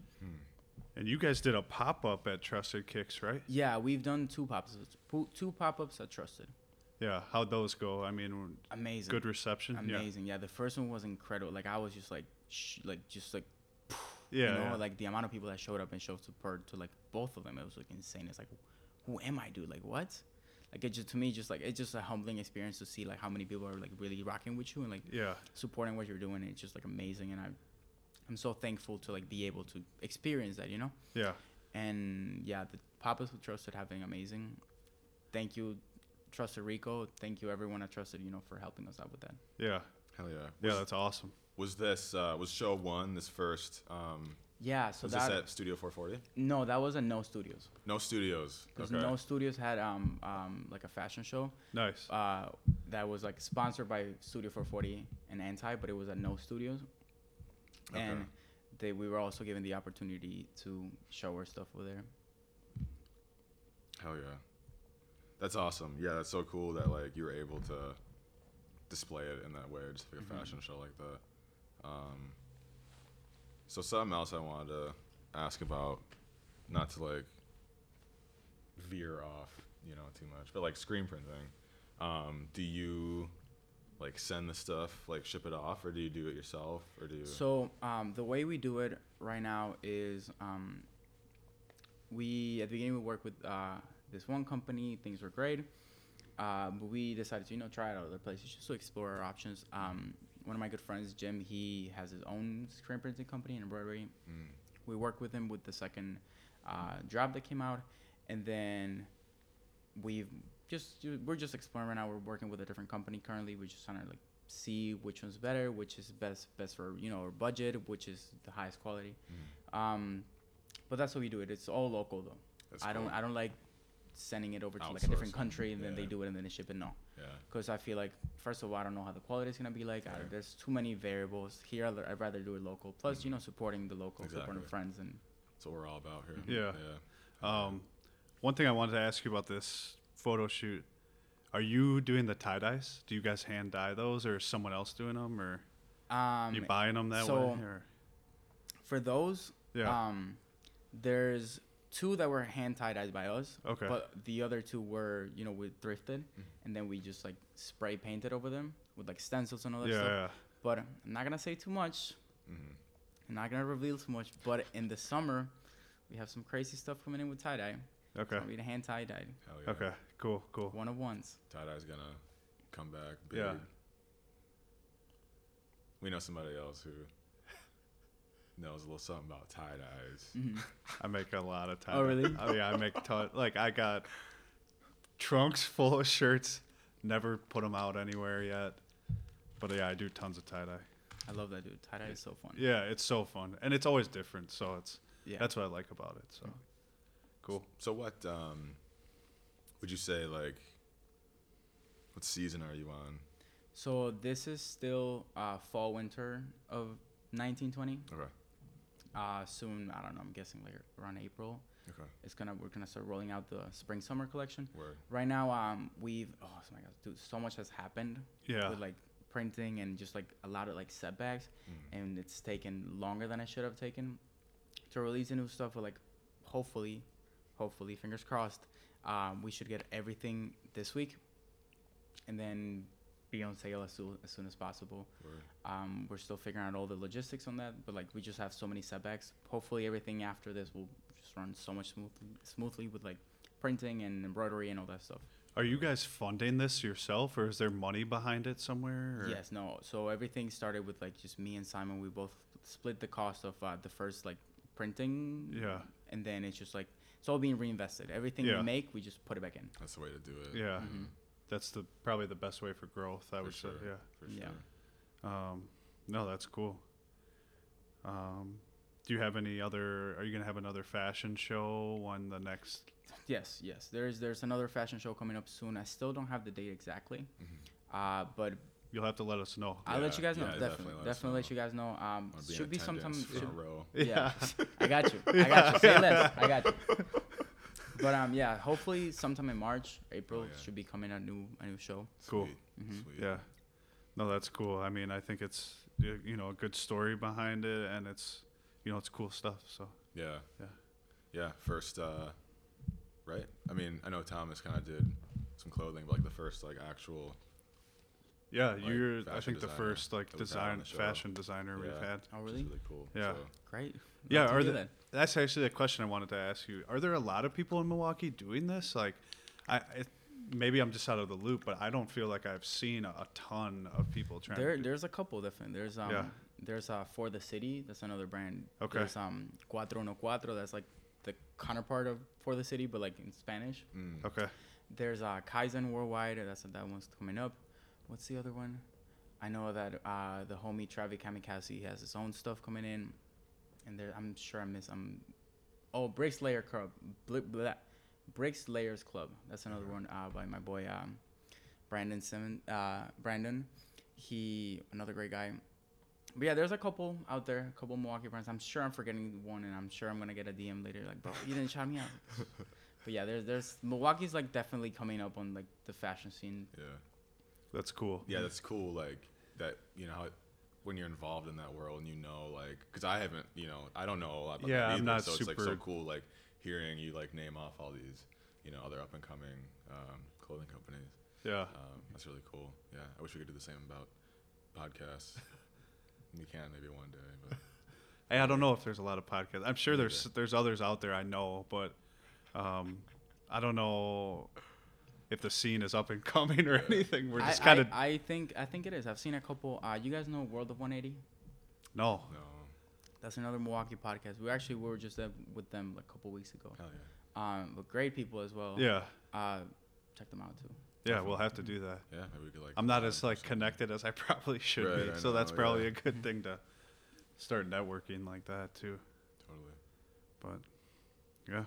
B: And you guys did a pop up at Trusted Kicks, right?
C: Yeah, we've done two pop ups. Two pop ups at Trusted.
B: Yeah. How'd those go? I mean,
C: Amazing.
B: good reception.
C: Amazing. Yeah. the first one was incredible. Like I was just like, sh- like just like,
B: Yeah. Yeah.
C: you know,
B: yeah.
C: like the amount of people that showed up and showed support to like both of them. It was like insane. It's like, who am I, dude? Like what? Like it just to me, just like it's just a humbling experience to see like how many people are like really rocking with you and like
B: yeah.
C: supporting what you're doing. It's just like amazing, and I, I'm so thankful to like be able to experience that, you know.
B: Yeah.
C: And yeah, the Papas with Trusted have been amazing. Thank you, Trusted Rico. Thank you everyone at Trusted, you know, for helping us out with that.
B: Yeah.
A: Hell yeah.
B: Yeah. That's awesome.
A: Was this uh, was show one this first? Um,
C: Yeah, so
A: was
C: that
A: this at Studio 440?
C: no, that was at No Studios
A: No studios.
C: because
A: Okay.
C: No Studios had um um like a fashion show
B: Nice.
C: uh that was like sponsored by Studio 440 and Anti, but it was at No Studios,
A: Okay.
C: and they we were also given the opportunity to show our stuff over there.
A: Hell yeah. That's awesome. Yeah, that's so cool that like you were able to display it in that way, just like a
C: Mm-hmm.
A: fashion show like that. Um, so something else I wanted to ask about, not to like veer off, you know, too much. But like screen printing, um, do you like send the stuff, like ship it off, or do you do it yourself, or do you?
C: So um, the way we do it right now is um, we at the beginning we work with uh, this one company. Things were great, uh, but we decided to you know try out other places just to explore our options. Um, one of my good friends, Jim, he has his own screen printing company in embroidery.
A: Mm.
C: We worked with him with the second uh, job that came out, and then we've just ju- we're just exploring right now. We're working with a different company currently. We're just trying to like see which one's better, which is best best for you know our budget, which is the highest quality.
A: Mm-hmm.
C: Um, but that's how we do it. It's all local though.
A: That's
C: I don't
A: cool.
C: I don't like sending it over to like a different
A: Outsourcing,
C: country and then they
A: yeah.
C: do it and then they ship it. No,
A: yeah.
C: because I feel like first of all I don't know how the quality is gonna be like. I,
A: Right.
C: there's too many variables here. I'd- I'd rather do it local. Plus you know supporting the local, supporting
A: Mm-hmm. Exactly.
C: friends and
A: That's what we're all about here.
B: Yeah. Um, one thing I wanted to ask you about this photo shoot: Are you doing the tie dyes? Do you guys hand dye those, or is someone else doing them, or
C: um,
B: you buying them that
C: so-
B: way? Or?
C: for those,
B: Yeah.
C: um, there's two that were hand tie dyed by us.
B: Okay. Mm-hmm.
C: But the other two were, you know, we thrifted, and then we just like spray painted over them with like stencils and all that
B: yeah, Mm-hmm.
C: stuff.
B: yeah.
C: But I'm not gonna say too much. I'm not gonna reveal too much. But in the summer, we have some crazy stuff coming in with tie dye.
B: Okay.
C: We hand tie dyed
A: Hell yeah.
B: Okay. Cool. Cool.
C: one of ones.
A: Tie dye's gonna come back. Big.
B: Yeah.
A: We know somebody else who knows a little something about tie dyes.
C: Mm-hmm.
B: I make a lot of tie.
C: Oh, really?
B: Oh yeah, I make ton. Like I got trunks full of shirts. Never put them out anywhere yet. But yeah, I do tons of tie dye.
C: I love that dude. Tie dye is so fun.
B: Yeah, it's so fun, and it's always different. So it's
C: Yeah.
B: that's what I like about it. So cool.
A: So what um, would you say like? What season are you on?
C: So this is still uh, fall winter of 1920.
A: Okay.
C: Uh, soon, I don't know. I'm guessing like around April.
A: Okay.
C: It's gonna we're gonna start rolling out the spring summer collection.
A: Word.
C: Right now, um, we've oh my god, dude, so much has happened.
B: Yeah.
C: With like printing and just like a lot of like setbacks, and it's taken longer than I should have taken to release the new stuff. But like, hopefully, hopefully, fingers crossed, um, we should get everything this week, and then be on sale as soon as, soon as possible.
A: Word.
C: Um, we're still figuring out all the logistics on that, but like we just have so many setbacks. Hopefully, everything after this will just run so much smooth- smoothly with like printing and embroidery and all that stuff.
B: Are you guys funding this yourself, or is there money behind it somewhere? Or?
C: Yes, no. So everything started with like just me and Simon. We both split the cost of uh, the first like printing.
B: Yeah.
C: And then it's just like it's all being reinvested. Everything
B: Yeah. Ah.
C: we make, we just put it back in.
A: That's the way to do it.
B: Yeah.
C: Mhm.
B: That's the probably the best way for growth. I
A: For
B: would
A: sure.
B: say. Yeah.
A: For sure.
C: Yeah.
B: Um, no, that's cool. Um, do you have any other? Are you gonna have another fashion show on the next?
C: Yes, yes. There's there's another fashion show coming up soon. I still don't have the date exactly,
A: Mm-hmm.
C: uh, but
B: You'll have to let us know.
C: I'll let
A: Yeah,
C: you guys know.
A: yeah,
C: definitely,
A: definitely let
C: definitely,
A: us
C: let you guys know.
A: Wanna
C: Um,
A: be in
C: should be sometime.
A: attendance for a
C: Should,
A: row.
C: yeah, I got you. I got you. Say less. I got you. But um, yeah. Hopefully, sometime in March, April
A: Oh, yeah.
C: should be coming a new a new show. Mm-hmm.
B: Cool.
A: Sweet. Sweet.
B: Yeah. No, that's cool. I mean, I think it's y- you know a good story behind it, and it's you know it's cool stuff. So
A: Yeah.
B: Yeah.
A: Yeah. First, uh, right? I mean, I know Thomas kind of did some clothing, but like the first like actual.
B: yeah,
A: Like,
B: you're I
A: fashion
B: think the
A: designer
B: first like
A: that we've had on
B: design
A: the show.
B: fashion designer we've
A: Yeah.
B: had.
C: Oh,
A: which is
C: really?
A: really cool.
B: Yeah.
A: So,
C: Great. Love
B: Yeah,
C: to
B: are
C: hear
B: the,
C: that.
B: that's actually a question I wanted to ask you. Are there a lot of people in Milwaukee doing this? Like, I, I maybe I'm just out of the loop, but I don't feel like I've seen a, a ton of people trying.
C: There,
B: to do-
C: there's a couple different. There's um,
B: Yeah.
C: there's uh for the city. That's another brand.
B: Okay.
C: There's um cuatro no cuatro. That's like the counterpart of for the city, but like in Spanish.
A: mm,
B: okay,
C: There's uh, Kaizen Worldwide. That's that one's coming up. What's the other one? I know that uh, the homie Travi Kamikaze has his own stuff coming in, and there I'm sure I miss. I'm oh Bricks Layer Club, Bl- blah, Bricks Layers Club. That's another one uh, by my boy um, Brandon Simon. Uh, Brandon, he another great guy. But yeah, there's a couple out there, a couple Milwaukee brands. I'm sure I'm forgetting one, and I'm sure I'm gonna get a DM later, like, bro, you didn't shout me out. But yeah, there's there's Milwaukee's like definitely coming up on like the fashion scene.
A: yeah.
B: that's cool.
A: Yeah, that's cool. Like that, you know, how it- when you're involved in that world and you know, like, because I haven't, you know, I don't know a lot about
B: Yeah,
A: that
B: I'm
A: either.
B: not
A: so it's like so
B: super-
A: cool, like hearing you like name off all these, you know other up and coming um, clothing companies.
B: Yeah.
A: Um, that's really cool. Yeah, I wish we could do the same about podcasts. we can maybe one day, but
B: Hey, I don't know if there's a lot of podcasts. I'm sure
A: Me
B: there's there's others out there I know, but um, I don't know if the scene is up and coming or anything. We're
C: I,
B: just kind of
C: I, I think I think it is. I've seen a couple. Uh, you guys know World of 180.
B: no.
A: no,
C: That's another Milwaukee podcast. We actually we were just uh, with them like, a couple weeks ago.
A: hell yeah,
C: Um, but great people as well.
B: Yeah,
C: Uh, check them out too.
B: yeah, we'll have to do that.
A: yeah. Maybe we could like.
B: I'm not
A: plan
B: as like
A: something.
B: connected as I probably should
A: Right, I
B: be, so that's
A: know,
B: probably
A: yeah.
B: a good thing to start networking like that too.
A: Totally.
B: But yeah,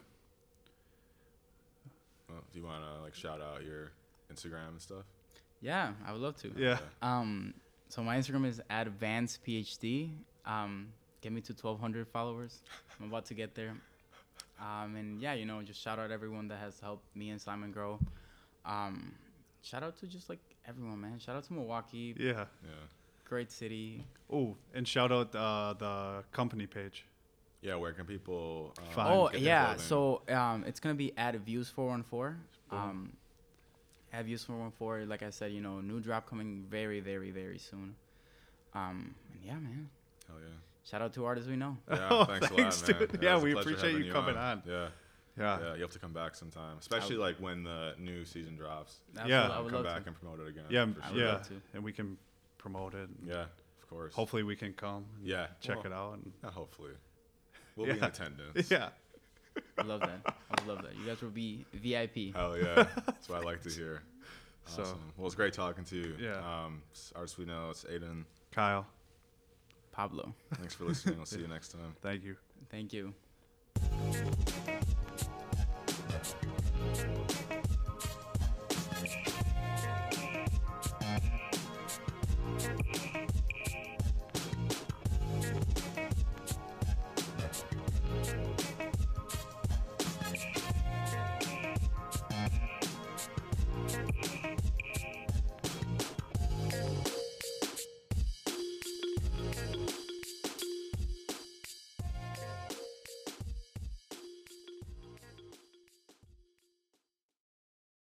A: Well, do you want to like shout out your Instagram and stuff?
C: Yeah, I would love to.
B: yeah,
C: Um, so my Instagram is advancedphd. Um, get me to 1,200 followers. I'm about to get there. Um, and yeah, you know, just shout out everyone that has helped me and Simon grow. Um, shout out to just like everyone, man. Shout out to Milwaukee,
B: yeah.
A: Yeah.
C: great city.
B: Oh, and shout out uh, the company page.
A: Yeah. Where can people? um,
B: Fine.
C: oh
A: get their
C: yeah,
A: clothing?
C: so um, it's gonna be at views 414. Um, at views 414. Like I said, you know, new drop coming very, very, very soon. Um, and yeah, man.
A: Hell yeah.
C: Shout out to artists we know.
A: Yeah,
B: Oh,
A: thanks,
B: thanks,
A: a lot, man.
B: dude.
A: it
B: Yeah,
A: was a
B: we
A: pleasure
B: appreciate
A: having
B: you coming on.
A: Yeah,
B: Yeah,
A: yeah, you have to come back sometime, especially like when the new season drops.
B: Yeah.
C: Absolutely, I
A: Um,
C: would
A: come
C: love
A: back
C: to.
A: and promote it again.
B: yeah,
A: for
C: I
A: sure.
C: would
B: yeah,
C: love to.
B: and we can promote it. and
A: yeah, of course.
B: Hopefully, we can come. and
A: yeah,
B: check
A: well,
B: it out. And,
A: Not hopefully, we'll be in
B: Yeah.
A: attendance.
B: yeah,
C: I love that. I would love that. You guys will be VIP.
A: Hell yeah, that's what I like to hear.
B: So-
A: Awesome. well, it's great talking to you.
B: Yeah.
A: Um, it's artist we know, it's Aiden.
B: Kyle,
C: Pablo,
A: Thanks for listening. We'll see you next time.
B: thank you.
C: thank you.